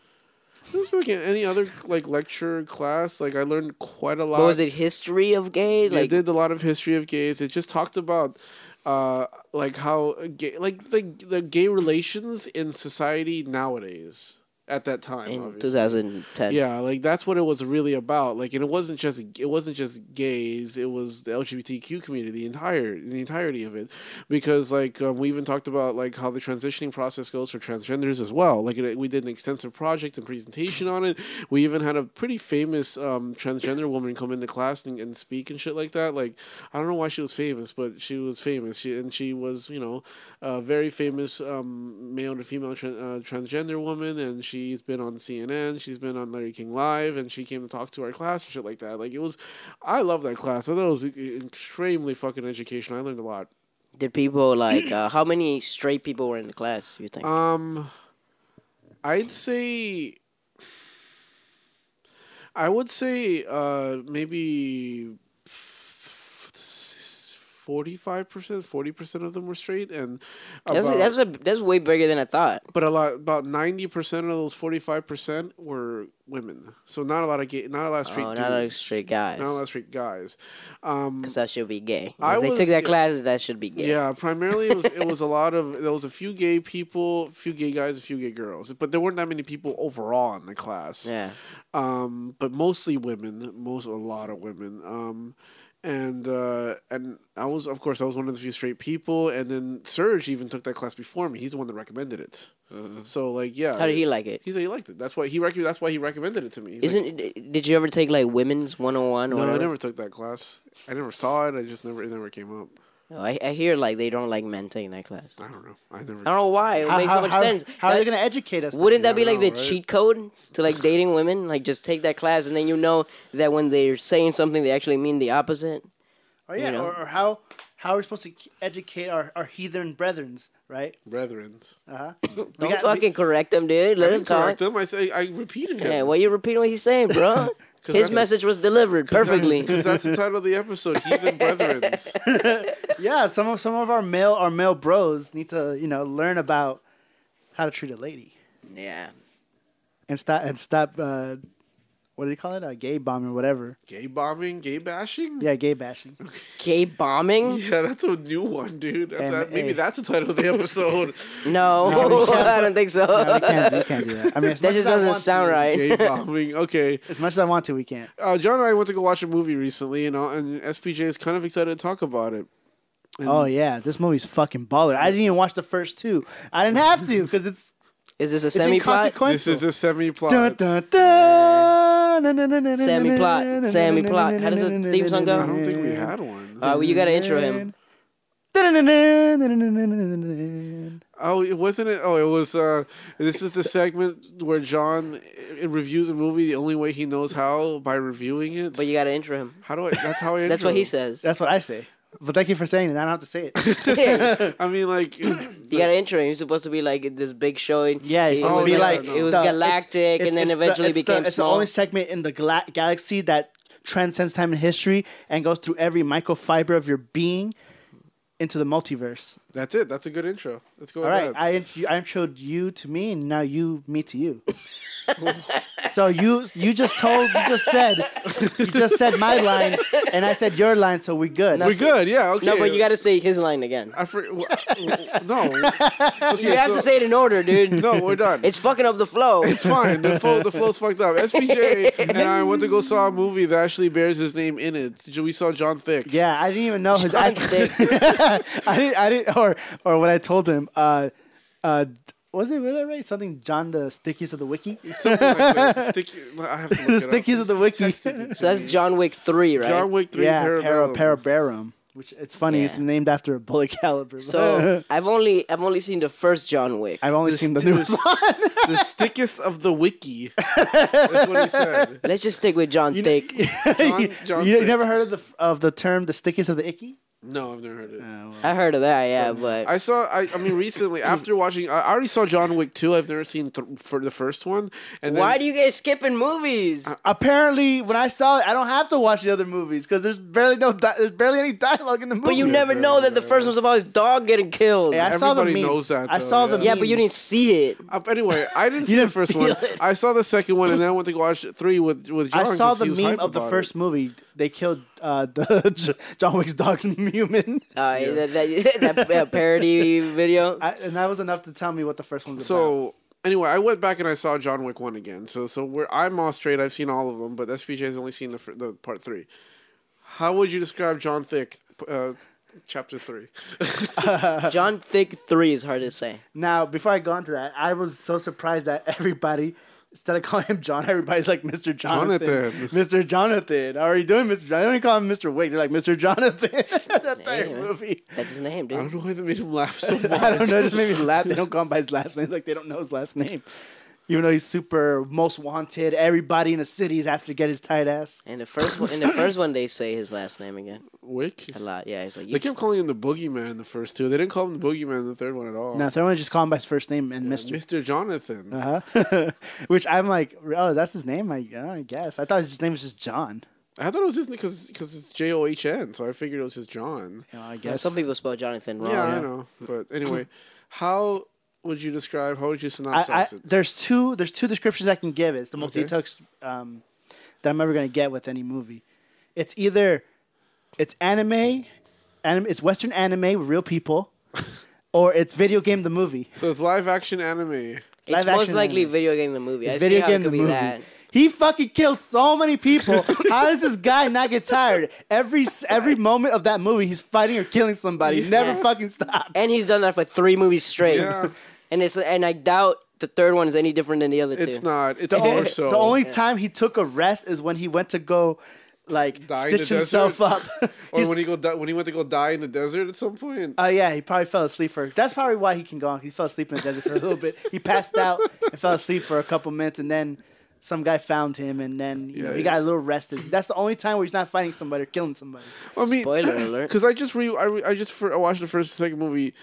Speaker 3: Just like in any other like lecture class, like I learned quite a lot.
Speaker 4: What was it? History of gay?
Speaker 3: They
Speaker 4: Like
Speaker 3: did a lot of history of gays. It just talked about uh like how gay like the the gay relations in society nowadays at that time
Speaker 4: in
Speaker 3: obviously.
Speaker 4: 2010.
Speaker 3: yeah like that's what it was really about like and it wasn't just it wasn't just gays it was the lgbtq community the entire the entirety of it because like um, we even talked about like how the transitioning process goes for transgenders as well like it, we did an extensive project and presentation on it we even had a pretty famous um, transgender woman come into class and, and speak and shit like that like i don't know why she was famous but she was famous she, and she was you know a very famous um, male to female tran uh, transgender woman and she's been on cnn she's been on larry king live and she came to talk to our class and shit like that like it was i love that class i thought it was e- extremely fucking educational i learned a lot
Speaker 4: Did people like uh, how many straight people were in the class? You think?
Speaker 3: Um, I'd say, I would say, uh, maybe forty-five percent, forty percent of them were straight, and
Speaker 4: that's
Speaker 3: about-
Speaker 4: that's a, that's way bigger than I thought.
Speaker 3: but a lot, about ninety percent of those forty-five percent were women. So not a lot of gay, not a lot of straight
Speaker 4: Oh,
Speaker 3: dudes,
Speaker 4: not like straight guys.
Speaker 3: not a lot of straight guys. Um,
Speaker 4: Because that should be gay.
Speaker 3: I
Speaker 4: If they
Speaker 3: was-
Speaker 4: took that
Speaker 3: yeah.
Speaker 4: class, that should be gay.
Speaker 3: Yeah, primarily it was, it was a lot of there was a few gay people, a few gay guys, a few gay girls, but there weren't that many people overall in the class.
Speaker 4: Yeah.
Speaker 3: Um, but mostly women, most a lot of women. Um, and uh, and I was of course I was one of the few straight people, and then Serge even took that class before me. He's the one that recommended it. So like yeah,
Speaker 4: Uh-huh. How did he like it?
Speaker 3: He said he liked it. That's why he rec- That's why he recommended it to me. He's like,
Speaker 4: Isn't did you ever take like women's 101 or
Speaker 3: no, I
Speaker 4: whatever?
Speaker 3: never took that class. I never saw it. I just never it never came up.
Speaker 4: Oh, I, I hear like they don't like men taking that class.
Speaker 3: I don't know. I never.
Speaker 4: I don't know why. It makes so much
Speaker 2: how,
Speaker 4: sense.
Speaker 2: How are they
Speaker 4: That-
Speaker 2: going to educate us?
Speaker 4: wouldn't that be
Speaker 3: I
Speaker 4: like the
Speaker 3: know, right?
Speaker 4: cheat code to like dating women? Like just take that class and then you know that when they're saying something they actually mean the opposite.
Speaker 2: Or Oh, yeah,
Speaker 4: you know?
Speaker 2: or, or how how are we supposed to educate our, our heathen brethrens, right?
Speaker 3: Brethrens.
Speaker 2: Uh-huh.
Speaker 4: Don't fucking correct them, dude. Let
Speaker 3: I
Speaker 4: him
Speaker 3: didn't correct
Speaker 4: talk.
Speaker 3: them. I say I repeated him.
Speaker 4: Yeah, why you repeat what he's saying, bro? His
Speaker 3: that's-
Speaker 4: message was delivered perfectly.
Speaker 3: Because that's the title of the episode, Heathen Brethrens.
Speaker 2: yeah, some of some of our male our male bros need to you know learn about how to treat a lady
Speaker 4: yeah.
Speaker 2: and stop and stop. Uh, what do you call it? A gay bombing or whatever.
Speaker 3: Gay bombing, gay bashing?
Speaker 2: Yeah, gay bashing.
Speaker 4: Gay bombing?
Speaker 3: Yeah, that's a new one, dude. That's
Speaker 2: And-
Speaker 3: that, maybe
Speaker 2: hey.
Speaker 3: that's the title of the episode.
Speaker 4: No, I don't think so.
Speaker 2: No, we can't, we can't do that. I mean, as
Speaker 4: that
Speaker 2: much
Speaker 4: just
Speaker 2: as I
Speaker 4: doesn't
Speaker 2: want
Speaker 4: sound
Speaker 2: to,
Speaker 4: right.
Speaker 3: gay bombing. Okay.
Speaker 2: As much as I want to, we can't.
Speaker 3: Uh, John and I went to go watch a movie recently, and, all, and SPJ is kind of excited to talk about it.
Speaker 2: Oh yeah, this movie's fucking baller. I didn't even watch the first two. I didn't have to because it's
Speaker 4: Is this a
Speaker 2: it's
Speaker 4: semi plot?
Speaker 2: inconsequential.
Speaker 3: This is a semi plot.
Speaker 2: Dun, dun, dun. Na, na, na, na, na,
Speaker 4: Sammy
Speaker 2: na,
Speaker 4: Plot.
Speaker 2: na, na,
Speaker 4: Sammy
Speaker 2: na, na,
Speaker 4: Plot.
Speaker 2: na,
Speaker 4: How does the
Speaker 2: na,
Speaker 4: theme
Speaker 2: na,
Speaker 4: song
Speaker 2: na,
Speaker 4: go?
Speaker 3: I don't think we
Speaker 2: na,
Speaker 3: had one.
Speaker 4: Uh, well, you gotta intro him.
Speaker 2: na, na, na, na, na, na, na, na, na, na.
Speaker 3: Oh, it wasn't it. Oh, it was. Uh, this is the segment where John uh, reviews a movie the only way he knows how by reviewing it.
Speaker 4: But you gotta intro him.
Speaker 3: how do I? That's how I.
Speaker 4: That's what
Speaker 3: intro.
Speaker 4: he says.
Speaker 2: That's what I say. But thank you for saying it. I don't have to say it.
Speaker 3: I mean, like,
Speaker 4: You gotta intro him. He's supposed to be like this big showing.
Speaker 2: Yeah, it's
Speaker 4: It
Speaker 2: supposed
Speaker 4: was
Speaker 2: to be
Speaker 3: like-
Speaker 2: like
Speaker 3: it
Speaker 4: was
Speaker 2: the-
Speaker 4: galactic
Speaker 2: it's-
Speaker 4: and then
Speaker 2: it's
Speaker 4: eventually
Speaker 2: it's
Speaker 4: became
Speaker 2: the, It's
Speaker 4: small.
Speaker 2: the only segment in the gla- galaxy that transcends time and history and goes through every microfiber of your being into the multiverse.
Speaker 3: that's it. That's a good intro. Let's go.
Speaker 2: All
Speaker 3: with
Speaker 2: right,
Speaker 3: that.
Speaker 2: I int- I introed you to me, and now you me to you. so you you just told you just said you just said my line, and I said your line, so we're good.
Speaker 3: We're good. Yeah. Okay.
Speaker 4: No, but you gotta say his line again.
Speaker 3: I for, w- w- no. Okay,
Speaker 4: You have
Speaker 3: so-
Speaker 4: to say it in order, dude.
Speaker 3: No, we're done.
Speaker 4: It's fucking up the flow.
Speaker 3: It's fine. The flow, the flow's fucked up. SPJ and I went to go saw a movie that actually bears his name in it. We saw John Thick.
Speaker 2: Yeah, I didn't even know his. I,
Speaker 4: Thick.
Speaker 2: I didn't. I didn't. Or or when I told him, uh, uh, was it really right? Something John the Stickies of the Wiki.
Speaker 3: Something like that. The sticky, I have to look
Speaker 2: The
Speaker 3: it up.
Speaker 2: stickies of the wiki.
Speaker 3: Texted it to
Speaker 4: So that's
Speaker 3: me.
Speaker 4: John Wick three, right?
Speaker 3: John Wick three
Speaker 2: yeah,
Speaker 3: Parabellum.
Speaker 2: para, Parabarum, which it's funny. It's
Speaker 4: Yeah.
Speaker 2: named after a bullet caliber.
Speaker 4: so I've only I've only seen the first John Wick.
Speaker 2: I've only seen the
Speaker 3: st-
Speaker 2: newest.
Speaker 3: the, the stickest of the wiki. That's what he said.
Speaker 4: Let's just stick with John Thick.
Speaker 3: John, John
Speaker 2: you
Speaker 3: Thick.
Speaker 2: never heard of the of the term the stickies of the icky?
Speaker 3: No, I've never heard it.
Speaker 4: I heard of that, yeah, but
Speaker 3: I saw. I, I mean, recently after watching, I I already saw John Wick two. I've never seen th- for the first one. And
Speaker 4: why
Speaker 3: then,
Speaker 4: do you guys skipping movies?
Speaker 2: Apparently, when I saw it, I don't have to watch the other movies because there's barely no di- there's barely any dialogue in the movie.
Speaker 4: but you never
Speaker 3: yeah,
Speaker 4: know that the first one's about his dog getting killed.
Speaker 2: Hey, I saw the
Speaker 3: Everybody
Speaker 2: memes.
Speaker 3: knows that,
Speaker 2: I
Speaker 3: though,
Speaker 2: saw
Speaker 3: yeah.
Speaker 2: the
Speaker 4: yeah, but you didn't
Speaker 2: memes.
Speaker 4: see it.
Speaker 3: Uh, anyway, I didn't see the
Speaker 2: didn't
Speaker 3: first
Speaker 2: feel
Speaker 3: one.
Speaker 2: it.
Speaker 3: I saw the second one, and then I went to go watch three with with John.
Speaker 2: I saw
Speaker 3: 'cause
Speaker 2: the
Speaker 3: he was
Speaker 2: meme
Speaker 3: hype
Speaker 2: of the
Speaker 3: about
Speaker 2: first
Speaker 3: It.
Speaker 2: movie. They killed uh, the J- John Wick's dog's human,
Speaker 4: Uh, that, that, that uh, parody video.
Speaker 2: I, and that was enough to tell me what the first one's about.
Speaker 3: So anyway, I went back and I saw John Wick one again. So so where I'm all straight. I've seen all of them, but SPJ has only seen the fir- the part three. How would you describe John Thick? Uh, Chapter three.
Speaker 4: John Thick three is hard to say.
Speaker 2: Now, before I go on to that, I was so surprised that everybody. Instead of calling him John, everybody's like Mr. Jonathan.
Speaker 3: Jonathan.
Speaker 2: Mr. Jonathan. How are you doing, Mr. Jonathan? They don't even call him Mr. Wick. They're like Mr. Jonathan. that entire
Speaker 4: Yeah.
Speaker 2: movie.
Speaker 4: That's his name,
Speaker 3: I
Speaker 4: dude.
Speaker 3: don't know why that made him laugh so much.
Speaker 2: I don't know. It just made me laugh. They don't call him by his last name. Like they don't know his last name, even though he's super most wanted. Everybody in the city is after to get his tight ass.
Speaker 4: And the first one, in the first one, they say his last name again
Speaker 3: Wick.
Speaker 4: a lot. Yeah, he's like,
Speaker 3: They
Speaker 4: you,
Speaker 3: kept calling him the Boogeyman in the first two. They didn't call him the Boogeyman in the third one at all.
Speaker 2: Now Thurman just call him by his first name and Mister.
Speaker 3: Mr. Jonathan.
Speaker 2: Uh-huh. Which I'm like, oh, that's his name. I, oh, I guess I thought his name was just John.
Speaker 3: I thought it was his because because it's J O H N, so I figured it was his John.
Speaker 2: You know, I
Speaker 4: know,
Speaker 2: guess.
Speaker 4: some people spell Jonathan wrong.
Speaker 3: Yeah, I know. But anyway, how would you describe? How would you
Speaker 2: I, I,
Speaker 3: synopsize it?
Speaker 2: there's two. There's two descriptions I can give. It's the most
Speaker 3: Okay.
Speaker 2: detailed um, that I'm ever gonna get with any movie. It's either it's anime, anime. It's Western anime with real people, or it's video game the movie.
Speaker 3: So it's live action anime.
Speaker 4: It's
Speaker 2: Live
Speaker 4: most
Speaker 2: action
Speaker 4: likely
Speaker 2: anime.
Speaker 4: video game the movie. I
Speaker 2: It's
Speaker 4: see
Speaker 2: video
Speaker 4: how it
Speaker 2: game
Speaker 4: could
Speaker 2: the
Speaker 4: be
Speaker 2: movie.
Speaker 4: that.
Speaker 2: He fucking kills so many people. How does this guy not get tired? Every every moment of that movie, he's fighting or killing somebody. He Never
Speaker 4: Yeah.
Speaker 2: fucking stops.
Speaker 4: And he's done that for three movies straight.
Speaker 3: Yeah.
Speaker 4: And it's and I doubt the third one is any different than the other
Speaker 3: It's
Speaker 4: two.
Speaker 3: not. It's
Speaker 2: the
Speaker 3: more
Speaker 2: only,
Speaker 3: so.
Speaker 2: the only time he took a rest is when he went to go, like
Speaker 3: Die in the
Speaker 2: stitch himself
Speaker 3: desert?
Speaker 2: up.
Speaker 3: or
Speaker 2: He's-
Speaker 3: when he go di- when he went to go die in the desert at some point.
Speaker 2: Oh yeah, he probably fell asleep for. That's probably why he can go on. He fell asleep in the desert for a little bit. He passed out and fell asleep for a couple minutes, and then some guy found him, and then you know
Speaker 3: Yeah,
Speaker 2: he
Speaker 3: yeah.
Speaker 2: got a little rested. That's the only time where he's not fighting somebody or killing somebody.
Speaker 3: I mean,
Speaker 4: Spoiler alert.
Speaker 3: Because I just re I, re- I just fir- I watched the first and second movie.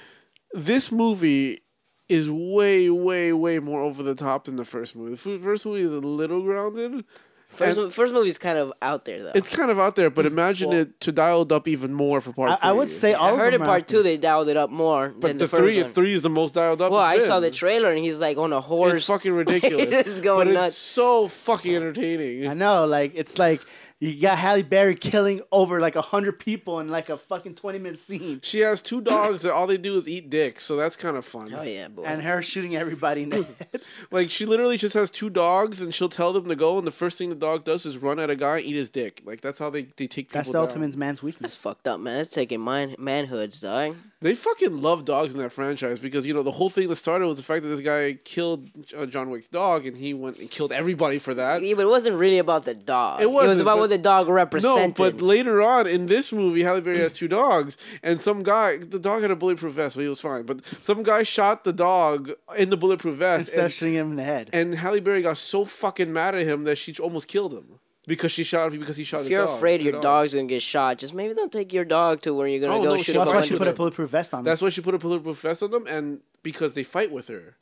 Speaker 3: This movie is way way way more over the top than the first movie. The fu- first movie is a little grounded.
Speaker 4: First,
Speaker 3: And
Speaker 4: mo- first movie's kind of out there though.
Speaker 3: it's kind of out there, but imagine
Speaker 2: Well-
Speaker 3: it to dialed up even more for part.
Speaker 2: I, I would
Speaker 3: three.
Speaker 2: say all
Speaker 4: I
Speaker 2: of
Speaker 4: heard in
Speaker 2: them are-
Speaker 4: part two they dialed it up more
Speaker 3: but
Speaker 4: than
Speaker 3: the,
Speaker 4: the, first
Speaker 3: three
Speaker 4: one.
Speaker 3: three is the most dialed up.
Speaker 4: well, I
Speaker 3: it's
Speaker 4: saw the
Speaker 3: been.
Speaker 4: trailer and he's like on a horse.
Speaker 3: It's fucking ridiculous.
Speaker 4: It's going
Speaker 3: but
Speaker 4: nuts.
Speaker 3: It's so fucking entertaining.
Speaker 2: I know, like it's like you got Halle Berry killing over like hundred people in like a fucking twenty minute scene,
Speaker 3: She has two dogs that all they do is eat dick, so that's kind of fun.
Speaker 4: Oh yeah, boy.
Speaker 2: and her shooting everybody in the head.
Speaker 3: Like she literally just has two dogs, and she'll tell them to go, and the first thing the dog does is run at a guy and eat his dick. Like that's how they, they take people.
Speaker 2: That's the
Speaker 3: down.
Speaker 2: ultimate man's weakness.
Speaker 4: That's fucked up, man. That's taking man manhoods, dog.
Speaker 3: They fucking love dogs in that franchise because you know the whole thing that started was the fact that this guy killed uh, John Wick's dog, and he went and killed everybody for that.
Speaker 4: Yeah, but it wasn't really about the dog.
Speaker 3: It
Speaker 4: was
Speaker 3: wasn't,
Speaker 4: about
Speaker 3: but-
Speaker 4: what the dog
Speaker 3: No,
Speaker 4: represented.
Speaker 3: but later on in this movie, Halle Berry has two dogs, and some guy, the dog had a bulletproof vest, so he was fine. But some guy shot the dog in the bulletproof vest,
Speaker 2: Instead
Speaker 3: and,
Speaker 2: of shooting him in the head.
Speaker 3: and Halle Berry got so fucking mad at him that she almost killed him because she shot him because he shot.
Speaker 4: if
Speaker 3: his
Speaker 4: you're
Speaker 3: dog,
Speaker 4: afraid
Speaker 3: her
Speaker 4: your
Speaker 3: dog.
Speaker 4: dog's gonna get shot, just maybe don't take your dog to where you're gonna
Speaker 3: Oh,
Speaker 4: go
Speaker 3: no,
Speaker 4: shoot
Speaker 3: she-
Speaker 2: That's why
Speaker 4: someone.
Speaker 2: she
Speaker 3: with
Speaker 2: put a
Speaker 3: it.
Speaker 2: bulletproof vest on.
Speaker 3: That's why she put a bulletproof vest on them, and because they fight with her.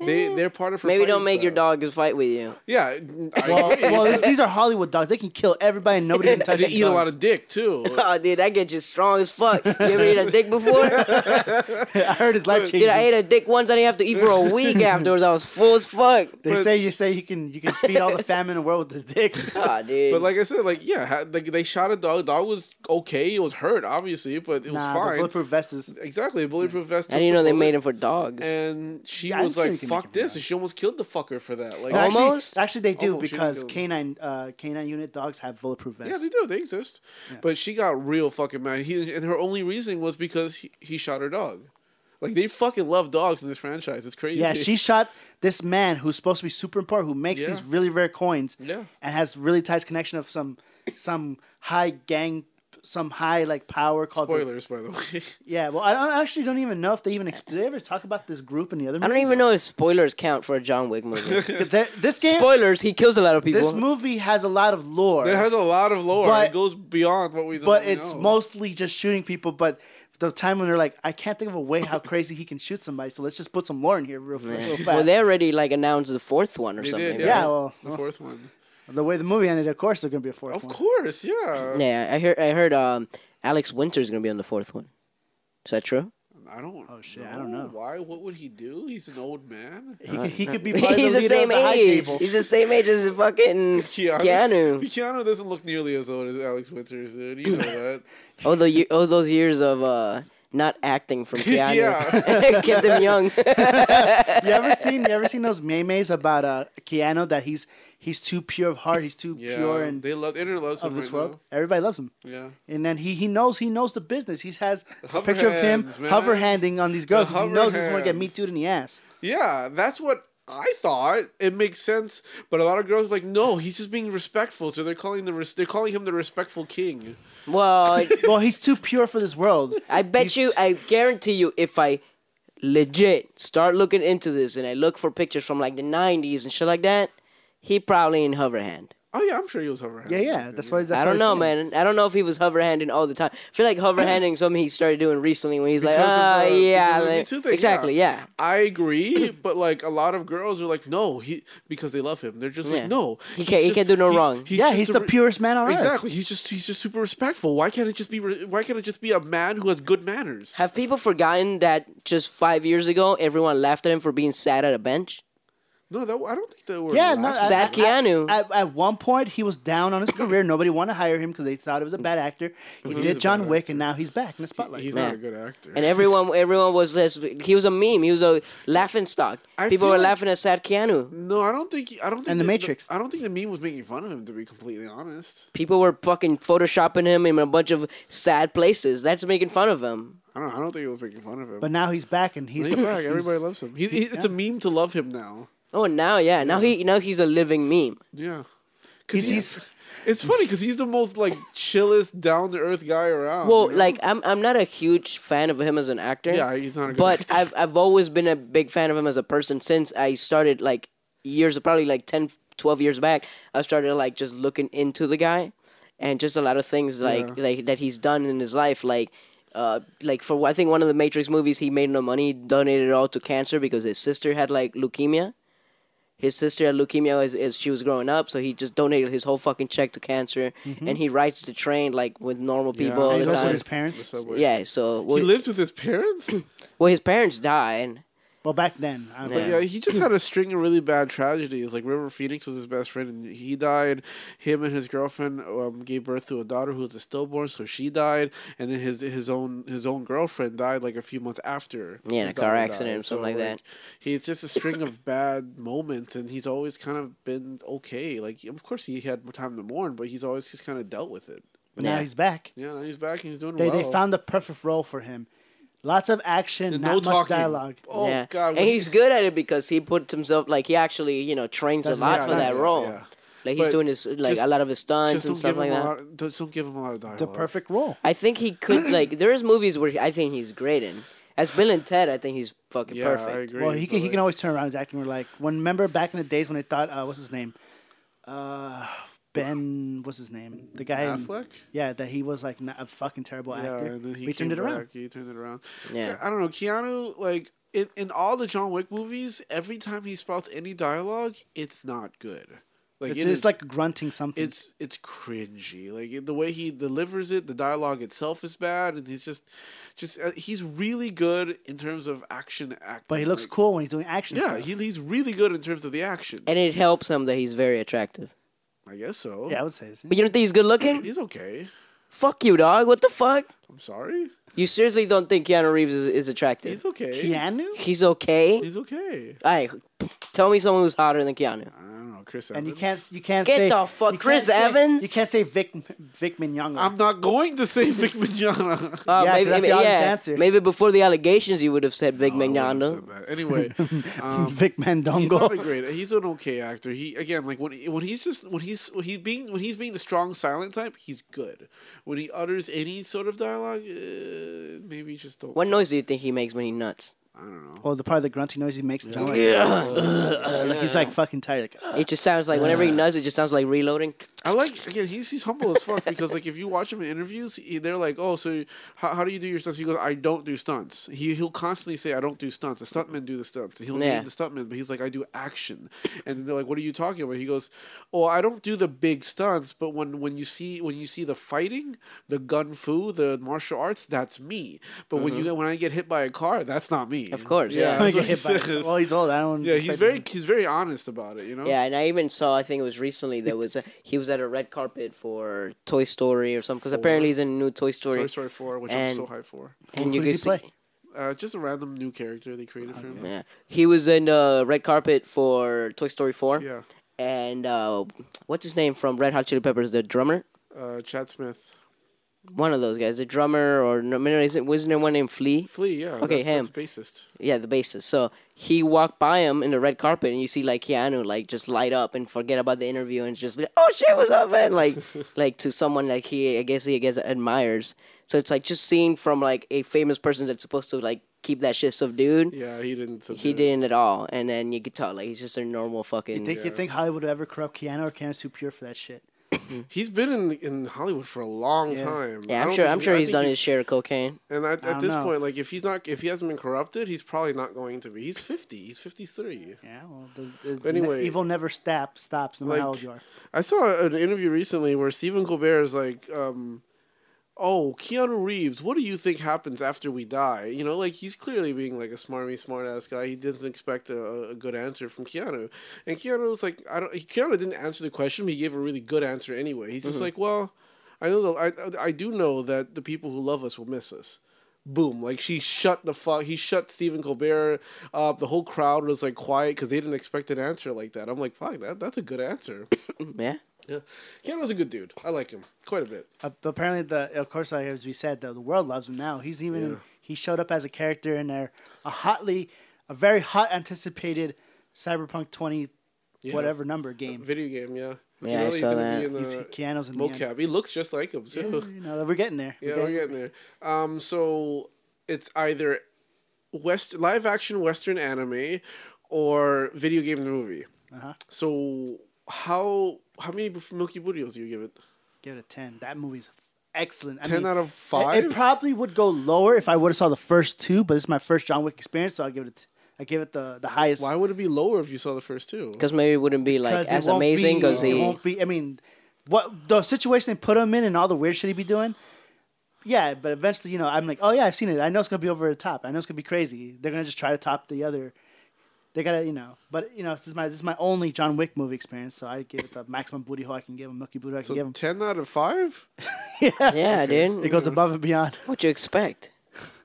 Speaker 3: They they're part of her.
Speaker 4: Eh. Maybe don't
Speaker 3: fighting
Speaker 4: make your
Speaker 3: style.
Speaker 4: dog fight with you.
Speaker 3: Yeah, I
Speaker 2: well,
Speaker 3: agree.
Speaker 2: well, this- these are Hollywood dogs. They can kill everybody and nobody can touch
Speaker 3: they
Speaker 2: them.
Speaker 3: eat a lot of dick too.
Speaker 4: Oh, dude, that gets you strong as fuck. You ever ate a dick before?
Speaker 2: I heard his life
Speaker 4: Dude, I
Speaker 2: changing.
Speaker 4: ate a dick once. I didn't have to eat for a week afterwards. I was full as fuck.
Speaker 2: They say you say you can you can feed all the famine in the world with this dick.
Speaker 4: Ah, dude.
Speaker 3: But like I said, like yeah, ha- like they shot a dog. Dog was okay. It was hurt, obviously, but it was
Speaker 2: nah, the
Speaker 3: fine.
Speaker 2: bulletproof vest is.
Speaker 3: Exactly, a bulletproof vest.
Speaker 4: I didn't know they made
Speaker 3: him.
Speaker 4: them for dogs.
Speaker 3: And she
Speaker 2: Yeah, I'm
Speaker 3: was
Speaker 2: sure
Speaker 3: like,
Speaker 2: you can make
Speaker 3: "Fuck
Speaker 2: him
Speaker 3: this!"
Speaker 2: die.
Speaker 3: and she almost killed the fucker for that. Like,
Speaker 4: Almost?
Speaker 2: Actually, actually, they do
Speaker 3: Almost, you didn't
Speaker 2: because
Speaker 3: kill him.
Speaker 2: canine uh, canine unit dogs have bulletproof vests.
Speaker 3: yeah, they do. They exist. But she got real fucking mad. He and her only reasoning was because he, he shot her dog. Like they fucking love dogs in this franchise. It's crazy.
Speaker 2: Yeah, she shot this man who's supposed to be super important, who makes
Speaker 3: Yeah.
Speaker 2: these really rare coins,
Speaker 3: Yeah.
Speaker 2: and has really tight connection of some some high gang, some high like power called. the-
Speaker 3: Spoilers, by the way.
Speaker 2: yeah, well, I, don't, I actually don't even know if they even ex- did they ever talk about this group in the other.
Speaker 4: I don't even know if spoilers count for a John Wick movie.
Speaker 2: this game.
Speaker 4: spoilers, he kills a lot of people.
Speaker 2: this movie has a lot of lore,
Speaker 3: it has a lot of lore.
Speaker 2: But-
Speaker 3: it goes beyond what we.
Speaker 2: but
Speaker 3: know.
Speaker 2: it's mostly just shooting people. But the time when they're like, I can't think of a way how crazy he can shoot somebody, so let's just put some lore in here real, real fast.
Speaker 4: well, they already like announced the fourth one or
Speaker 3: They
Speaker 4: something.
Speaker 3: did,
Speaker 2: Yeah, well-
Speaker 3: the fourth one.
Speaker 2: the way the movie ended, of course, there's gonna be a fourth
Speaker 3: Of
Speaker 2: one.
Speaker 3: course, yeah.
Speaker 4: Yeah, I heard. I heard. Um, Alex Winter's gonna be on the fourth one. Is that true?
Speaker 3: I don't.
Speaker 2: Oh, shit, I don't know.
Speaker 3: Why? What would he do? He's an old man.
Speaker 2: He, could, he could be part of
Speaker 4: Uh, He's
Speaker 2: the
Speaker 4: the
Speaker 2: leader of
Speaker 4: same
Speaker 2: the high
Speaker 4: age.
Speaker 2: table.
Speaker 4: He's the same age as fucking Keanu.
Speaker 3: Keanu doesn't look nearly as old as Alex Winters, dude. You know that.
Speaker 4: All the ye- all those years of uh, not acting from Keanu
Speaker 3: Yeah.
Speaker 4: kept him young.
Speaker 2: you ever seen you ever seen those memes about uh Keanu that he's he's too pure of heart, he's too
Speaker 3: Yeah,
Speaker 2: pure and
Speaker 3: they love. Internet loves him
Speaker 2: of
Speaker 3: right
Speaker 2: this world.
Speaker 3: now.
Speaker 2: Everybody loves him.
Speaker 3: Yeah.
Speaker 2: And then he, he knows he knows the business. He has a
Speaker 3: Hover
Speaker 2: picture of him
Speaker 3: hands, man.
Speaker 2: hover handing on these girls
Speaker 3: The
Speaker 2: 'cause he
Speaker 3: hover
Speaker 2: knows he doesn't want to get me
Speaker 3: hands.
Speaker 2: too in the ass.
Speaker 3: Yeah, that's what I thought. It makes sense, but a lot of girls are like, no, he's just being respectful. So they're calling the res- they're calling him the respectful king.
Speaker 4: well,
Speaker 2: Well, he's too pure for this world.
Speaker 4: I bet you, I guarantee you, if I legit start looking into this and I look for pictures from like the '90s and shit like that, he probably in hover hand.
Speaker 3: Oh yeah, I'm sure he was overhand.
Speaker 2: Yeah, yeah. That's why. That's
Speaker 4: I
Speaker 2: why
Speaker 4: don't know,
Speaker 2: saying.
Speaker 4: man. I don't know if he was hover handing all the time. I feel like hover handing something he started doing recently when he's like, ah,
Speaker 3: Because of the-
Speaker 4: yeah,
Speaker 3: because of the Me
Speaker 4: like-
Speaker 3: Too thing,
Speaker 4: exactly, yeah.
Speaker 3: I agree, but like a lot of girls are like, no, he because they love him. They're just
Speaker 4: Yeah.
Speaker 3: like, no,
Speaker 4: He
Speaker 3: he's
Speaker 4: can't- he
Speaker 3: just-
Speaker 4: can't do no wrong.
Speaker 2: Yeah,
Speaker 3: just
Speaker 2: he's
Speaker 3: a
Speaker 2: the
Speaker 3: re-
Speaker 2: purest man on earth.
Speaker 3: Exactly, he's just he's just super respectful. Why can't it just be? Re- why can't it just be a man who has good manners?
Speaker 4: Have people forgotten that just five years ago everyone laughed at him for being sad at a bench?
Speaker 3: No, that I don't think that were.
Speaker 2: Yeah, no,
Speaker 3: last-
Speaker 2: I-
Speaker 4: Sad Keanu.
Speaker 2: At, at one point, he was down on his career. Nobody wanted to hire him because they thought he was a bad actor. He
Speaker 3: is
Speaker 2: did
Speaker 3: a
Speaker 2: John
Speaker 3: bad
Speaker 2: Wick, and now he's back in the spotlight.
Speaker 3: he's
Speaker 4: man.
Speaker 3: not a good actor.
Speaker 4: and everyone, everyone was this. He was a meme. He was a laughing stock.
Speaker 3: I
Speaker 4: people
Speaker 3: feel
Speaker 4: were
Speaker 3: like-
Speaker 4: laughing at sad Keanu.
Speaker 3: no, I don't think. I don't think.
Speaker 2: And The
Speaker 3: that-
Speaker 2: Matrix.
Speaker 3: I don't think the meme was making fun of him. To be completely honest,
Speaker 4: People were fucking photoshopping him in a bunch of sad places. That's making fun of him.
Speaker 3: I don't. I don't think it was making fun of him.
Speaker 2: But now he's back, and he's,
Speaker 3: he's back.
Speaker 2: he's-
Speaker 3: Everybody loves him. He, he, It's a meme to love him now.
Speaker 4: Oh, now yeah, now he now he's a living meme.
Speaker 3: Yeah, because
Speaker 2: He's-
Speaker 3: he's, It's funny because he's the most like chillest, down to earth guy around.
Speaker 4: Well,
Speaker 3: you know?
Speaker 4: like I'm I'm not a huge fan of him as an actor.
Speaker 3: Yeah, he's not a good
Speaker 4: But
Speaker 3: actor.
Speaker 4: I've I've always been a big fan of him as a person since I started like years probably like 10 12 years back. I started like just looking into the guy and just a lot of things like
Speaker 3: Yeah.
Speaker 4: like that he's done in his life like uh, like for I think one of the Matrix movies, he made no money, donated it all to cancer because his sister had like leukemia. His sister had leukemia as, as she was growing up, so he just donated his whole fucking check to cancer, and he rides the train like with normal people all
Speaker 2: and
Speaker 3: Mm-hmm. he's
Speaker 4: the
Speaker 2: he lives with
Speaker 4: time.
Speaker 2: his parents.
Speaker 3: subway.
Speaker 4: Yeah, so well,
Speaker 3: he lived with his parents.
Speaker 4: well, his parents died.
Speaker 2: Well, back then, I don't know.
Speaker 4: Yeah.
Speaker 3: yeah, he just had a string of really bad tragedies. Like River Phoenix was his best friend, and he died. Him and his girlfriend um, gave birth to a daughter who was a stillborn, so she died. And then his his own his own girlfriend died like a few months after.
Speaker 4: Yeah, in a
Speaker 3: his
Speaker 4: car
Speaker 3: daughter
Speaker 4: accident or something like that.
Speaker 3: He it's just a string of bad moments, and he's always kind of been okay. Like of course he had more time to mourn, but he's always just kind of dealt with it.
Speaker 2: But
Speaker 4: Yeah.
Speaker 2: now he's back.
Speaker 3: Yeah, now he's back and he's doing
Speaker 2: They
Speaker 3: well.
Speaker 2: they found the perfect role for him. Lots of action,
Speaker 3: And
Speaker 2: not much dialogue.
Speaker 3: Oh
Speaker 4: yeah.
Speaker 3: God!
Speaker 4: and
Speaker 3: when he-
Speaker 4: he's good at it because he puts himself like he actually you know trains
Speaker 2: That's
Speaker 4: a lot
Speaker 2: yeah,
Speaker 4: for that
Speaker 2: that's-
Speaker 4: role.
Speaker 3: yeah.
Speaker 4: Like he's
Speaker 3: But
Speaker 4: doing his like
Speaker 3: just-
Speaker 4: a lot of his stunts
Speaker 3: just
Speaker 4: and
Speaker 3: don't
Speaker 4: stuff
Speaker 3: give
Speaker 4: like
Speaker 3: him a
Speaker 4: that.
Speaker 3: lot. Don't, don't give him a lot of dialogue.
Speaker 2: The perfect role.
Speaker 4: I think he could like there's movies where I think he's great in. As Bill and Ted, I think he's fucking
Speaker 3: Yeah,
Speaker 4: perfect.
Speaker 3: I agree.
Speaker 2: Well, he
Speaker 3: but
Speaker 2: can, he
Speaker 3: like-
Speaker 2: can always turn around his acting. We're like, when remember back in the days when they thought, uh, what's his name? Uh, ben, what's his name? The guy. in-
Speaker 3: Affleck?
Speaker 2: yeah, that he was like not a fucking terrible actor.
Speaker 3: Yeah, and then he
Speaker 2: we
Speaker 3: came
Speaker 2: turned it
Speaker 3: back.
Speaker 2: around.
Speaker 3: He turned it around.
Speaker 4: Yeah.
Speaker 3: I don't know. Keanu, like in, in all the John Wick movies, every time he spouts any dialogue, it's not good. Like
Speaker 2: It's,
Speaker 3: it
Speaker 2: it's
Speaker 3: is-
Speaker 2: like grunting something.
Speaker 3: it's it's cringy. Like it- the way he delivers it, the dialogue itself is bad, and he's just just uh, he's really good in terms of action acting.
Speaker 2: but he looks
Speaker 3: like-
Speaker 2: cool when he's doing action.
Speaker 3: Yeah,
Speaker 2: stuff.
Speaker 3: he, he's really good in terms of the action.
Speaker 4: And it helps him that he's very attractive.
Speaker 3: I guess so.
Speaker 2: yeah, I would say. so.
Speaker 4: But you don't think he's good looking?
Speaker 3: he's okay.
Speaker 4: Fuck you, dog. What the fuck?
Speaker 3: I'm sorry.
Speaker 4: You seriously don't think Keanu Reeves is, is attractive?
Speaker 3: He's okay.
Speaker 2: Keanu.
Speaker 4: He's okay.
Speaker 3: He's okay.
Speaker 4: All right, tell me someone who's hotter than Keanu.
Speaker 3: I don't know. Chris Evans.
Speaker 2: And you can't you can't
Speaker 4: Get
Speaker 2: say
Speaker 4: the fuck-
Speaker 2: you can't
Speaker 4: Chris
Speaker 2: say-
Speaker 4: Evans?
Speaker 2: You can't say Vic Vic Mignogna.
Speaker 3: I'm not going to say Vic Mignogna.
Speaker 2: Yeah,
Speaker 4: Uh,
Speaker 2: 'cause
Speaker 4: maybe,
Speaker 2: that's the
Speaker 4: maybe-
Speaker 2: honest
Speaker 4: yeah.
Speaker 2: answer.
Speaker 4: Maybe before the allegations, you would have said Big
Speaker 3: Oh, I wouldn't have
Speaker 4: Magnano.
Speaker 3: said that. Anyway, um,
Speaker 2: Vic
Speaker 3: he's not a
Speaker 2: Mandongo.
Speaker 3: great. He's an okay actor. He again, like when when he's just when he's when he's being when he's being the strong silent type, he's good. When he utters any sort of dialogue, uh, maybe just don't.
Speaker 4: What noise do you think he makes when he nuts?
Speaker 3: I don't know.
Speaker 2: Oh, the part of the grunty noise he makes. Yeah. Like, like he's like fucking tired. Like,
Speaker 4: It just sounds like
Speaker 2: uh,
Speaker 4: whenever he nuts, it just sounds like reloading.
Speaker 2: uh-huh.
Speaker 3: I like again. He's he's humble as fuck because like if you watch him in interviews, he, they're like, "Oh, so how, how do you do your stunts?" He goes, "I don't do stunts." He he'll constantly say, "I don't do stunts." The stuntmen do the stunts. He'll
Speaker 4: Yeah.
Speaker 3: name the stuntmen, but he's like, "I do action." And they're like, "What are you talking about?" He goes, "Oh, I don't do the big stunts, but when when you see when you see the fighting, the gun fu, the martial arts, that's me. But when you when I get hit by a car, that's not me.
Speaker 4: Mm-hmm. Of course, yeah.
Speaker 3: that's
Speaker 2: get
Speaker 3: what he
Speaker 2: hit by.
Speaker 3: says.
Speaker 2: Well, he's old. I don't.
Speaker 3: yeah, he's
Speaker 2: expect
Speaker 3: very
Speaker 2: him.
Speaker 3: he's very honest about it. You know.
Speaker 4: Yeah, and I even saw. I think it was recently there was a, he was at a red carpet for Toy Story or something because apparently he's in a new Toy Story.
Speaker 3: Toy Story Four, which I'm
Speaker 4: And-
Speaker 3: so hyped for.
Speaker 4: And
Speaker 2: Who
Speaker 4: you
Speaker 2: does
Speaker 4: could
Speaker 2: he
Speaker 4: see-
Speaker 2: play?
Speaker 3: Uh, just a random new character they created for him.
Speaker 4: Yeah, he was in the red carpet for Toy Story Four.
Speaker 3: Yeah.
Speaker 4: And uh, what's his name from Red Hot Chili Peppers? The drummer,
Speaker 3: Uh, Chad Smith.
Speaker 4: one of those guys, the drummer, or no, no, isn't wasn't there one named Flea?
Speaker 3: Flea, yeah.
Speaker 4: Okay,
Speaker 3: that's,
Speaker 4: him.
Speaker 3: That's bassist.
Speaker 4: Yeah, the bassist. So he walked by him in the red carpet, and you see like Keanu like just light up and forget about the interview, and just be like, "Oh shit, what's up?" And like, like to someone like he, I guess he I guess admires. So it's like just seeing from like a famous person that's supposed to like keep that shit subdued.
Speaker 3: Yeah, he didn't.
Speaker 4: He didn't at all, and then you could tell like he's just a normal fucking.
Speaker 2: You think you think Hollywood would ever corrupt Keanu or Keanu's too pure for that shit?
Speaker 3: He's been in in Hollywood for a long
Speaker 2: Yeah.
Speaker 3: time. I
Speaker 4: yeah, I'm
Speaker 3: don't
Speaker 4: sure.
Speaker 3: think
Speaker 4: I'm
Speaker 3: he-
Speaker 4: sure
Speaker 3: I
Speaker 4: he's
Speaker 3: think
Speaker 4: done
Speaker 3: he-
Speaker 4: his share of cocaine.
Speaker 3: And at, at
Speaker 2: don't
Speaker 3: this
Speaker 2: know.
Speaker 3: point, like if he's not, if he hasn't been corrupted, he's probably not going to be. He's fifty. He's fifty three.
Speaker 2: Yeah. Well, the, the,
Speaker 3: Anyway.
Speaker 2: evil never stop, stops no matter how
Speaker 3: Like-
Speaker 2: old you are.
Speaker 3: I saw an interview recently where Stephen Colbert is like, um, "Oh, Keanu Reeves, what do you think happens after we die?" You know, like he's clearly being like a smarmy, smart ass guy. He doesn't expect a, a good answer from Keanu, and Keanu was like, "I don't." Keanu didn't answer the question, but he gave a really good answer anyway. He's just like, "Well, I know that I I do know that the people who love us will miss us." Boom! Like she shut the fuck. He shut Stephen Colbert up. The whole crowd was like quiet because they didn't expect an answer like that. I'm like, fuck, that that's a good answer.
Speaker 4: Mm, Yeah.
Speaker 3: Yeah. Keanu's a good dude. I like him quite a bit.
Speaker 2: Uh, but apparently, the of course, like as we said, the, the world loves him now. He's even he showed up as a character in there, a hotly, a very hot anticipated Cyberpunk twenty, whatever number game.
Speaker 3: Video game, yeah.
Speaker 4: Yeah, I
Speaker 3: he's
Speaker 4: saw
Speaker 3: gonna
Speaker 4: that.
Speaker 3: Be in the
Speaker 2: He's Keanu's in the end.
Speaker 3: mocap. He looks just like him. too.
Speaker 2: You know, we're getting there.
Speaker 3: Yeah, we're getting there. Um, so it's either west live action western anime or video game in the movie. Uh-huh. So how how many Buf- Milky Burritos do you give it?
Speaker 2: Give it a ten. That movie's excellent. I
Speaker 3: 10
Speaker 2: mean,
Speaker 3: out of
Speaker 2: it- It,
Speaker 3: five?
Speaker 2: probably would go lower if I would have saw the first two, but it's my first John Wick experience, so I'll give it. I give it the the highest.
Speaker 3: Why would it be lower if you saw the first two?
Speaker 4: Because maybe it wouldn't be like
Speaker 2: Because it
Speaker 4: as
Speaker 2: won't
Speaker 4: amazing
Speaker 2: be-
Speaker 4: because
Speaker 2: it
Speaker 4: he.
Speaker 2: won't be. I mean, what the situation they put him in and all the weird shit he be doing. Yeah, but eventually, you know, I'm like, oh yeah, I've seen it. I know it's gonna be over the top. I know it's gonna be crazy. They're gonna just try to top the other. They gotta, you know. But you know, this is my this is my only John Wick movie experience, so I give it the maximum booty hole I can give him, Milky booty hole I can
Speaker 3: So
Speaker 2: give him.
Speaker 3: ten out of five?
Speaker 4: Yeah,
Speaker 2: It
Speaker 4: dude.
Speaker 2: goes above and beyond.
Speaker 4: What you expect?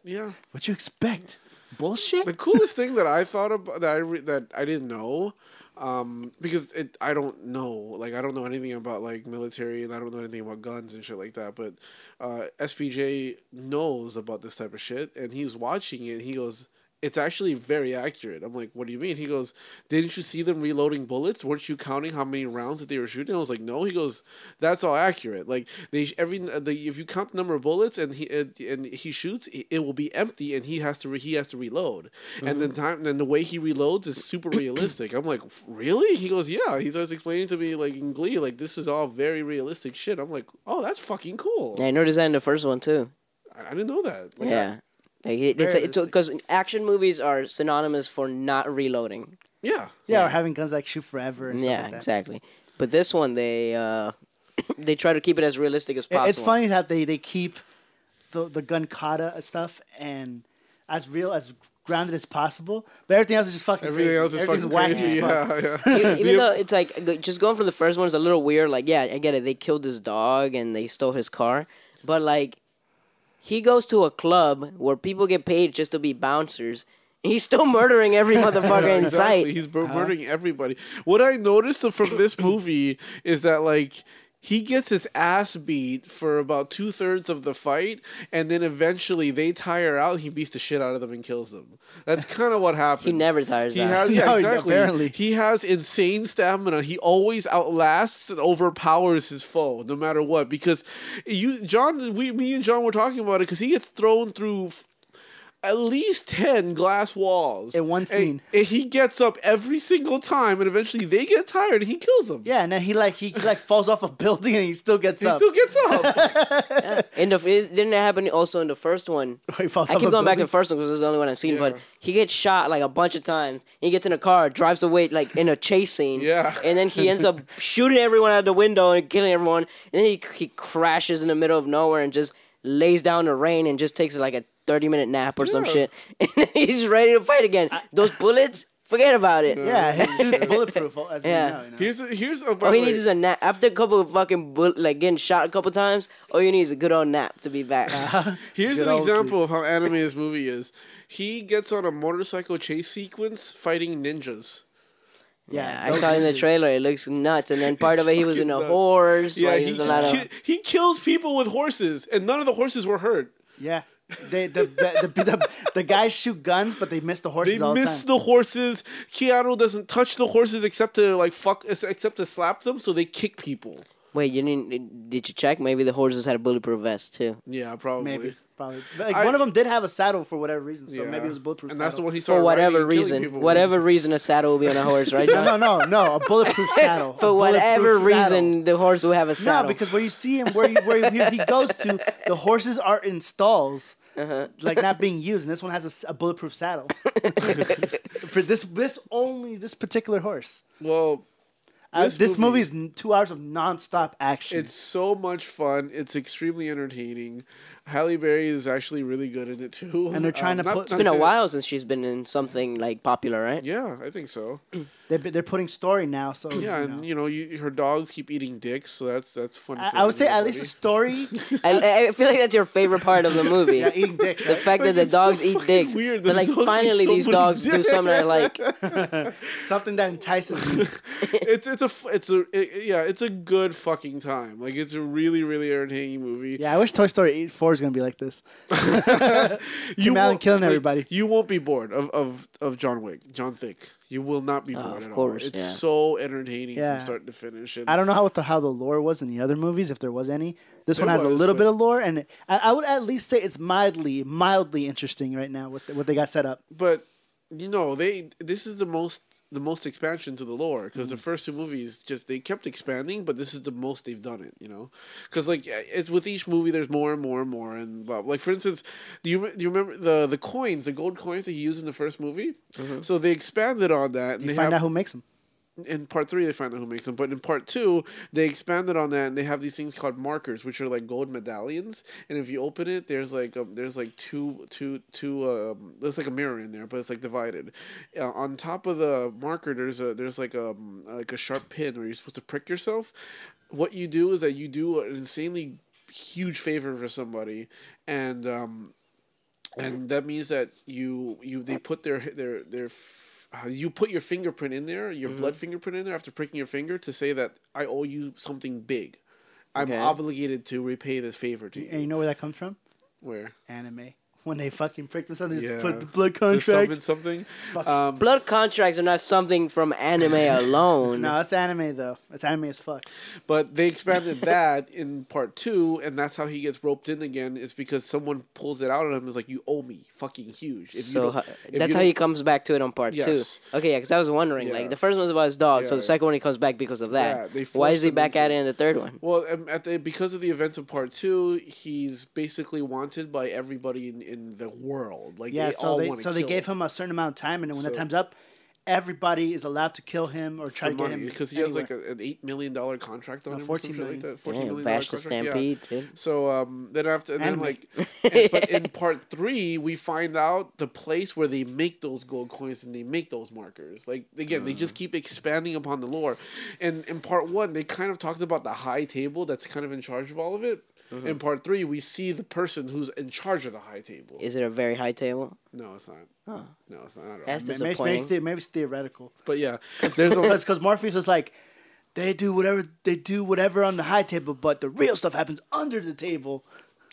Speaker 3: Yeah.
Speaker 2: What you expect? Bullshit.
Speaker 3: the coolest thing that I thought about that I re- that I didn't know, um, because it I don't know like I don't know anything about like military and I don't know anything about guns and shit like that. But uh, SPJ knows about this type of shit and he's watching it. and He goes. It's actually very accurate. I'm like, what do you mean? He goes, didn't you see them reloading bullets? Weren't you counting how many rounds that they were shooting? I was like, no. He goes, that's all accurate. Like they every the, if you count the number of bullets and he and, and he shoots, it it will be empty, and he has to re, he has to reload. And the time then the way he reloads is super realistic. I'm like, really? He goes, yeah. He's always explaining to me like in Glee, like this is all very realistic shit. I'm like, oh, that's fucking cool.
Speaker 4: Yeah, I noticed that in the first one too.
Speaker 3: I, I didn't know that. Like,
Speaker 4: yeah. Like it, it's it's because action movies are synonymous for not reloading.
Speaker 3: yeah.
Speaker 2: Yeah, or having guns like shoot forever. And
Speaker 4: Yeah,
Speaker 2: stuff like that.
Speaker 4: exactly. But this one, they uh, they try to keep it as realistic as
Speaker 2: It-
Speaker 4: possible.
Speaker 2: It's funny that they, they keep the the gun kata stuff and as real as grounded as possible, but everything else is just fucking. crazy.
Speaker 3: Everything else is fucking
Speaker 2: Everything's wacky
Speaker 3: crazy.
Speaker 2: as fuck.
Speaker 3: Yeah, yeah.
Speaker 4: even even though it's like g- just going from the first one is a little weird. Like, yeah, I get it. They killed his dog and they stole his car, but like, he goes to a club where people get paid just to be bouncers, He's still murdering every motherfucker in
Speaker 3: Exactly.
Speaker 4: sight. Uh-huh.
Speaker 3: He's bur- murdering everybody. What I noticed from this movie is that like he gets his ass beat for about two thirds of the fight, and then eventually they tire out. He beats the shit out of them and kills them. That's kind of what happened.
Speaker 4: He never tires
Speaker 3: He
Speaker 4: out.
Speaker 3: has, yeah,
Speaker 2: No,
Speaker 3: exactly.
Speaker 2: apparently.
Speaker 3: He has insane stamina. He always outlasts and overpowers his foe, no matter what. Because you, John, we, me and John were talking about it because he gets thrown through f- at least 10 glass walls
Speaker 2: In one
Speaker 3: And-
Speaker 2: scene.
Speaker 3: And, he gets up every single time, and eventually they get tired and he kills them.
Speaker 2: Yeah, and then he like he like falls off a building and he still gets
Speaker 3: He
Speaker 2: up.
Speaker 3: still gets up.
Speaker 4: In the, it didn't happen also in the first one.
Speaker 2: He falls
Speaker 4: I
Speaker 2: off
Speaker 4: keep
Speaker 2: a
Speaker 4: going back to
Speaker 2: building.
Speaker 4: the first one because it's the only one I've seen.
Speaker 3: Yeah.
Speaker 4: But he gets shot like a bunch of times. He gets in a car, drives away like in a chase scene.
Speaker 3: Yeah.
Speaker 4: And then he ends up shooting everyone out the window and killing everyone. And then he, he crashes in the middle of nowhere and just lays down in the rain and just takes like a thirty minute nap or some
Speaker 3: Yeah.
Speaker 4: shit. And then he's ready to fight again. Those bullets, forget about it.
Speaker 2: Yeah, his suit's bulletproof. As
Speaker 4: Yeah.
Speaker 2: yeah. We know, you know.
Speaker 3: here's a, here's a. by
Speaker 4: All he
Speaker 3: the way-
Speaker 4: needs is a nap. After a couple of fucking bull- like getting shot a couple times, all you need is a good old nap to be back.
Speaker 2: Uh-huh.
Speaker 3: Here's
Speaker 2: Good
Speaker 3: an
Speaker 2: old
Speaker 3: example of how anime this movie is. He gets on a motorcycle chase sequence fighting ninjas.
Speaker 4: Yeah,
Speaker 2: Yeah,
Speaker 4: I saw it in the trailer. It looks nuts, and then part
Speaker 3: It's
Speaker 4: of it he was in a
Speaker 3: fucking nuts.
Speaker 4: horse.
Speaker 3: Yeah,
Speaker 4: like,
Speaker 3: he,
Speaker 4: there's a lot
Speaker 3: he,
Speaker 4: of.
Speaker 3: he kills people with horses, and none of the horses were hurt.
Speaker 2: Yeah, they the the, the, the, the guys shoot guns, but they miss the horses
Speaker 3: They
Speaker 2: all
Speaker 3: miss
Speaker 2: the time.
Speaker 3: the horses. Keanu doesn't touch the horses except to like fuck, except to slap them. So they kick people.
Speaker 4: Wait, you didn't? Did you check? Maybe the horses had a bulletproof vest too.
Speaker 3: Yeah, probably.
Speaker 2: Maybe, probably. But, like,
Speaker 3: I-
Speaker 2: one of them did have a saddle for whatever reason, so
Speaker 3: Yeah.
Speaker 2: maybe it was bulletproof.
Speaker 3: And that's the
Speaker 2: saddle.
Speaker 3: one he started
Speaker 4: For
Speaker 3: riding and
Speaker 4: whatever
Speaker 3: killing
Speaker 4: reason,
Speaker 3: people with.
Speaker 4: whatever reason, a saddle will be on a horse, right? John?
Speaker 2: No, no, no, no, a bulletproof saddle.
Speaker 4: For
Speaker 2: a
Speaker 4: whatever
Speaker 2: bulletproof saddle.
Speaker 4: reason, the horse will have a
Speaker 2: No,
Speaker 4: saddle.
Speaker 2: because where you see him, where you, where he, he goes to, the horses are in stalls,
Speaker 4: Uh-huh.
Speaker 2: like not being used, and this one has a s- a, bulletproof saddle. For this, this only this particular horse.
Speaker 3: Well,
Speaker 2: Uh,
Speaker 3: This
Speaker 2: This, movie
Speaker 3: movie-
Speaker 2: is n- two hours of nonstop action.
Speaker 3: it's so much fun. It's extremely entertaining. Halle Berry is actually really good in it too. Um,
Speaker 2: And they're trying to put-
Speaker 4: it's been a
Speaker 3: saying-
Speaker 4: while since she's been in something like popular, right?
Speaker 3: Yeah, I think so.
Speaker 2: they're, they're putting story now, so
Speaker 3: Yeah,
Speaker 2: You know.
Speaker 3: and you know, you, her dogs keep eating dicks, so that's that's fun.
Speaker 2: I,
Speaker 3: for
Speaker 2: I would say at
Speaker 3: everybody.
Speaker 2: least a story.
Speaker 4: I, I feel like that's your favorite part of the movie.
Speaker 2: yeah, eating dick.
Speaker 4: The fact that the
Speaker 3: it's so
Speaker 4: dogs eat
Speaker 3: fucking
Speaker 4: dicks.
Speaker 3: weird
Speaker 4: They're
Speaker 3: that
Speaker 4: like,
Speaker 3: dogs eat
Speaker 4: finally,
Speaker 3: so
Speaker 4: these
Speaker 3: many
Speaker 4: dogs do
Speaker 3: dicks.
Speaker 4: something I like.
Speaker 2: something that entices me.
Speaker 3: it's it's a f- it's a it- yeah it's a good fucking time like it's a really really entertaining movie
Speaker 2: Yeah, I wish Toy Story 8 4 is gonna be like this.
Speaker 3: you
Speaker 2: Tim Allen
Speaker 3: won't-
Speaker 2: killing
Speaker 3: like,
Speaker 2: everybody.
Speaker 3: you won't be bored of, of of John Wick John Thick you will not
Speaker 2: Oh,
Speaker 3: be bored
Speaker 4: of
Speaker 3: at
Speaker 4: course,
Speaker 3: all it's
Speaker 4: yeah.
Speaker 3: so entertaining
Speaker 2: Yeah.
Speaker 3: from start to finish and
Speaker 2: I don't know how what the, how the lore was in the other movies, if there was any. This
Speaker 3: There
Speaker 2: one has a
Speaker 3: was,
Speaker 2: little
Speaker 3: but-
Speaker 2: bit of lore, and I, I would at least say it's mildly, mildly interesting right now with what they got set up.
Speaker 3: but you know they this is the most the most expansion to the lore because
Speaker 2: Mm.
Speaker 3: the first two movies just they kept expanding but this is the most they've done it you know because like eh, it's with each movie there's more and more and more and blah. like for instance do you do you remember the the coins the gold coins that he used in the first movie so they expanded on that and
Speaker 2: Mm-hmm. You
Speaker 3: they
Speaker 2: find
Speaker 3: have,
Speaker 2: out who makes them.
Speaker 3: in part three they find out who makes them but in part two they expanded on that and they have these things called markers which are like gold medallions and if you open it there's like um, there's like two two two um, there's like a mirror in there but it's like divided uh, on top of the marker there's a there's like a like a sharp pin where you're supposed to prick yourself what you do is that you do an insanely huge favor for somebody and um and that means that you you they put their their their f- uh, you put your fingerprint in there, your blood fingerprint in there after pricking your finger to say that I owe you something big. I'm
Speaker 4: Okay.
Speaker 3: obligated to repay this favor to you.
Speaker 2: And you know where that comes from?
Speaker 3: Where
Speaker 2: Anime. When they fucking prick themselves, they
Speaker 3: Yeah.
Speaker 2: just put the blood
Speaker 3: There's something
Speaker 2: contract.
Speaker 3: something. Um,
Speaker 4: Blood contracts are not something from anime alone.
Speaker 2: No, it's anime though. It's anime as fuck.
Speaker 3: But they expanded that in part two, and that's how he gets roped in again. Is because someone pulls it out of him. and Is like you owe me, fucking huge. If you
Speaker 4: so
Speaker 3: don't-
Speaker 4: ho-
Speaker 3: if you
Speaker 4: that's how
Speaker 3: don't-
Speaker 4: he comes back to it on part
Speaker 3: Yes.
Speaker 4: two. Okay, yeah, because I was wondering,
Speaker 3: Yeah.
Speaker 4: like the first one's about his dog, so the
Speaker 3: Yeah.
Speaker 4: second one he comes back because of
Speaker 3: Yeah,
Speaker 4: that.
Speaker 3: they
Speaker 4: Why
Speaker 3: forced
Speaker 4: is he
Speaker 3: him
Speaker 4: back
Speaker 3: into
Speaker 4: at
Speaker 3: it.
Speaker 4: it in the third one?
Speaker 3: Well, um, at the because of the events of part two, he's basically wanted by everybody in, in the world. Like
Speaker 2: Yeah,
Speaker 3: they
Speaker 2: so
Speaker 3: all
Speaker 2: they
Speaker 3: want to
Speaker 2: so they
Speaker 3: kill
Speaker 2: gave him a certain amount of time, and then when
Speaker 3: So-
Speaker 2: that time's up, everybody is allowed to kill him or try to get him
Speaker 3: because he has like a, an eight million dollar contract on him, or some
Speaker 2: 14
Speaker 3: shit like
Speaker 2: million.
Speaker 3: that. Fourteen
Speaker 4: Damn,
Speaker 3: million
Speaker 4: Vash the
Speaker 3: dollar contract,
Speaker 4: Stampede,
Speaker 3: Yeah.
Speaker 4: dude.
Speaker 3: So um, then after and then
Speaker 2: Anime.
Speaker 3: like, and, but in part three, we find out the place where they make those gold coins and they make those markers. Like again, they
Speaker 4: Mm.
Speaker 3: just keep expanding upon the lore. And in part one, they kind of talked about the high table that's kind of in charge of
Speaker 4: Mm-hmm.
Speaker 3: all of it. In part three, we see the person who's in charge of the high table.
Speaker 4: Is it a very high table?
Speaker 3: No, it's not. No, it's not. at all.
Speaker 4: That's
Speaker 2: May- Maybe, maybe,
Speaker 4: disappointing.
Speaker 2: it's the- maybe it's theoretical.
Speaker 3: But yeah, there's a
Speaker 2: Because Morpheus was like, they do whatever they do whatever on the high table, but the real stuff happens under the table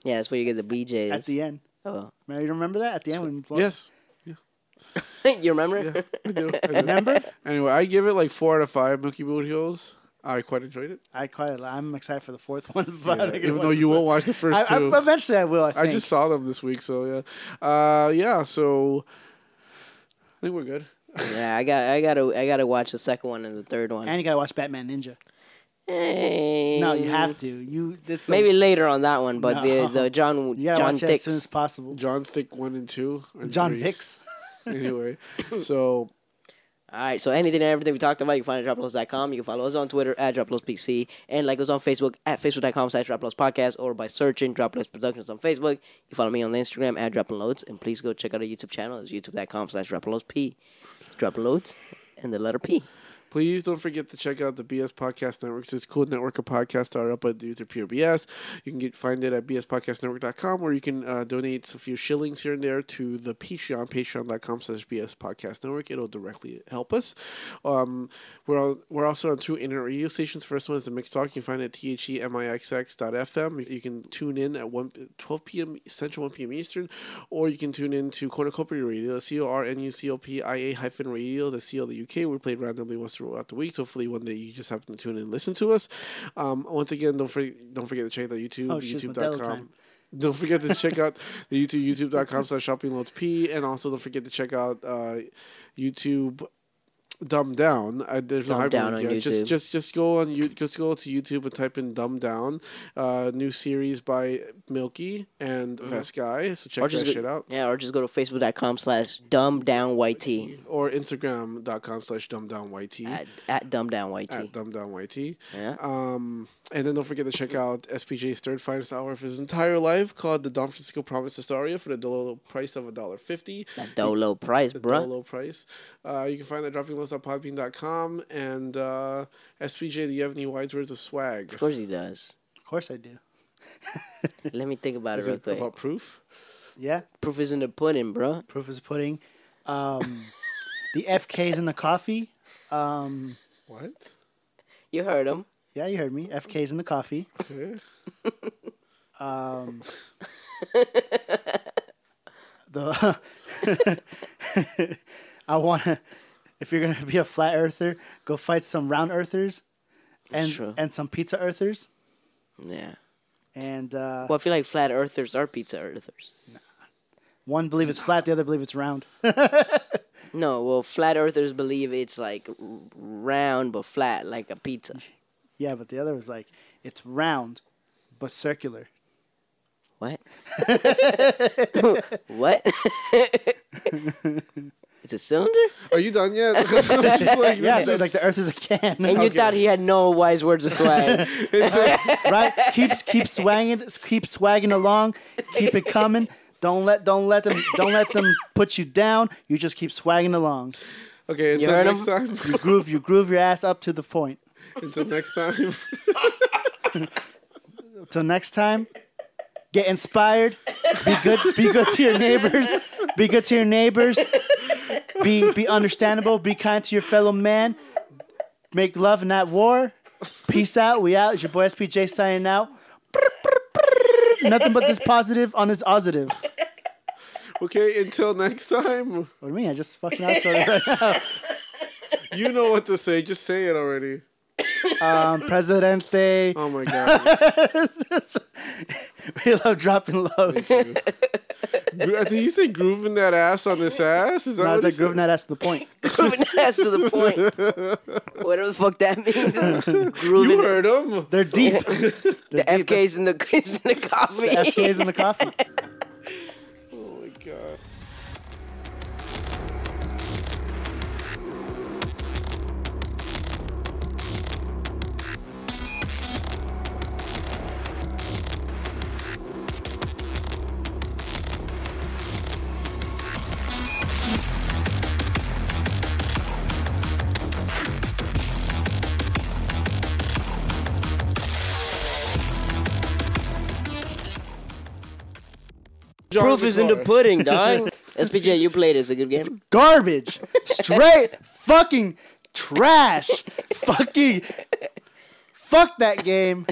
Speaker 4: Yeah, that's where you get the BJs.
Speaker 2: at the end.
Speaker 4: Oh.
Speaker 2: Remember, you remember that at the end when Florence-
Speaker 3: yes.
Speaker 4: you remember?
Speaker 3: Yeah, I do. I do.
Speaker 2: Remember?
Speaker 3: Anyway, I give it like four out of five Milky Boot Hills. I quite enjoyed it.
Speaker 2: I quite. I'm excited for the fourth one, but I
Speaker 3: Even
Speaker 2: guess-
Speaker 3: though you won't watch the first
Speaker 2: I,
Speaker 3: two.
Speaker 2: I, eventually I will. I,
Speaker 3: I
Speaker 2: think.
Speaker 3: just saw them this week, so yeah. Uh, yeah, so I think we're good.
Speaker 4: Yeah, I got I gotta I gotta watch the second one and the third one.
Speaker 2: and you gotta watch Batman Ninja.
Speaker 4: Hey.
Speaker 2: No, you have to. You it's the-
Speaker 4: Maybe later on that one, but
Speaker 2: No.
Speaker 4: the the John
Speaker 2: you gotta
Speaker 4: John
Speaker 2: watch it as
Speaker 4: Dix.
Speaker 2: soon as possible.
Speaker 3: John Thick one and two. or
Speaker 2: John
Speaker 3: three.
Speaker 2: Hicks.
Speaker 3: Anyway, so
Speaker 4: All right, so anything and everything we talked about, you can find it at droplos.com. You can follow us on Twitter at droplospc and like us on Facebook at facebook.com slash droplospodcast or by searching Droplos Productions on Facebook. You follow me on Instagram at droploads and please go check out our YouTube channel. It's youtube.com slash droplosp. Droploads and the letter P.
Speaker 3: Please don't forget to check out the BS Podcast Network's It's cool network of podcasts that are up at due to pure BS. You can get find it at bspodcastnetwork.com where you can uh, donate a few shillings here and there to the Patreon, patreon.com slash BS Podcast Network. It'll directly help us. Um, we're, al- we're also on two internet radio stations. First one is the Mixed Talk. You can find it at E themixx.fm. You can tune in at 1, 12 p.m. Central, 1 p.m. Eastern, or you can tune in to Cornucopia Radio, that's C-O-R-N-U-C-O-P-I-A hyphen radio, that's C-O the UK. We play randomly once throughout the week. So hopefully one day you just happen to tune in and listen to us. Um, once again, don't forget, don't forget to check out the YouTube,
Speaker 2: Oh, shit, Modelo
Speaker 3: youtube.com.
Speaker 2: time.
Speaker 3: Don't forget to check out the YouTube, youtube.com slash shopping loads P. And also don't forget to check out uh, YouTube dumb down. Uh, there's no
Speaker 4: Dumb Down
Speaker 3: hyperlink
Speaker 4: on
Speaker 3: yet. Just
Speaker 4: YouTube.
Speaker 3: just just go on you just go to YouTube and type in dumb down. Uh, new series by Milky and Veskai. So check
Speaker 4: Or
Speaker 3: that
Speaker 4: Mm-hmm. just
Speaker 3: shit
Speaker 4: go,
Speaker 3: out.
Speaker 4: Yeah, or just go to facebook.com slash dumb down YT
Speaker 3: Or Instagram.com slash dumb down YT.
Speaker 4: at, at dumb down YT.
Speaker 3: At dumb down YT.
Speaker 4: yeah.
Speaker 3: Um, and then don't forget to check out SPJ's third finest hour of his entire life called The Don Francisco Promise Astaria for the low price of $1.50.
Speaker 4: that dolo price,
Speaker 3: the
Speaker 4: bruh.
Speaker 3: Dolo price. Uh, you can find that droppinglows.podbean.com and uh, SPJ, do you have any wise words of swag?
Speaker 4: Of course he does.
Speaker 2: Of course I do.
Speaker 4: Let me think about it
Speaker 3: Is
Speaker 4: real
Speaker 3: it
Speaker 4: quick.
Speaker 3: about proof?
Speaker 2: Yeah.
Speaker 4: Proof is in the pudding, bro.
Speaker 2: Proof is pudding. Um, the FKs in the coffee. Um,
Speaker 3: What?
Speaker 4: You heard him.
Speaker 2: yeah, you heard me. FKs in the coffee.
Speaker 3: Okay.
Speaker 2: Um, the I want to. If you're gonna be a flat earther, go fight some round earthers, and
Speaker 4: true.
Speaker 2: and some pizza earthers,
Speaker 4: Yeah.
Speaker 2: and uh,
Speaker 4: Well, I feel like flat earthers are pizza earthers.
Speaker 2: one believe it's flat, the other believe it's round.
Speaker 4: No, well, flat earthers believe it's like r- round but flat, like a pizza.
Speaker 2: yeah, but the other was like it's round, but circular.
Speaker 4: What? what? it's a cylinder?
Speaker 3: Are you done yet? Just like,
Speaker 2: Yeah,
Speaker 3: this
Speaker 2: so
Speaker 3: is-
Speaker 2: like the earth is a can.
Speaker 4: And you
Speaker 3: Okay.
Speaker 4: thought he had no wise words of swag.
Speaker 2: right? Keep keep swanging, keep swagging along, keep it coming. Don't let don't let them don't let them put you down. You just keep swagging along.
Speaker 3: okay, until
Speaker 4: heard
Speaker 3: next
Speaker 2: You
Speaker 3: time.
Speaker 2: groove you groove your ass up to the point.
Speaker 3: until next time.
Speaker 2: Till next time, get inspired. Be good. Be good to your neighbors. Be good to your neighbors. Be be understandable. Be kind to your fellow man. Make love, not war. Peace out. We out. It's your boy SPJ signing out. Nothing but this positive on this positive.
Speaker 3: Okay, until next time.
Speaker 2: What do you mean? I just fucking outstarted right now.
Speaker 3: You know what to say. Just say it already.
Speaker 2: Um, Presidente.
Speaker 3: Oh my god.
Speaker 2: We love dropping loads.
Speaker 3: Gro- I think you said grooving that ass on this ass. Is that
Speaker 2: I
Speaker 3: what
Speaker 2: was
Speaker 3: he
Speaker 2: like
Speaker 3: said?
Speaker 2: grooving that ass to the point.
Speaker 4: Proving that's to the point. Whatever the fuck that means. Grooving.
Speaker 3: You heard him.
Speaker 2: They're deep.
Speaker 4: the FK's in the, is in the coffee.
Speaker 2: FK's in the coffee.
Speaker 3: Oh my god. Jar
Speaker 4: Proof
Speaker 3: the
Speaker 4: is in the
Speaker 3: car.
Speaker 4: pudding, dog. SPJ, you played it. It's a good game.
Speaker 2: garbage, straight fucking trash, fucking fuck that game.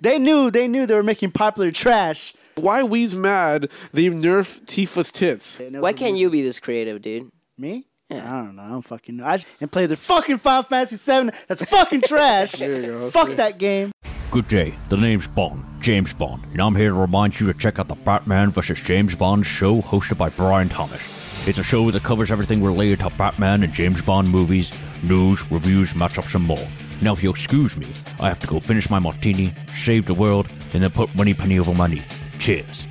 Speaker 2: They knew they knew they were making popular trash.
Speaker 3: Why we's mad they nerf Tifa's tits?
Speaker 4: Why can't you be this creative, dude?
Speaker 2: me? I don't know. I don't fucking know. I j- and play the fucking Final Fantasy Seven. That's fucking trash. Fuck that game.
Speaker 5: Good day. The name's Bond, James Bond, and I'm here to remind you to check out the Batman vs. James Bond show hosted by Brian Thomas. It's a show that covers everything related to Batman and James Bond movies, news, reviews, matchups, and more. Now, if you'll excuse me, I have to go finish my martini, save the world, and then put money penny over money. Cheers.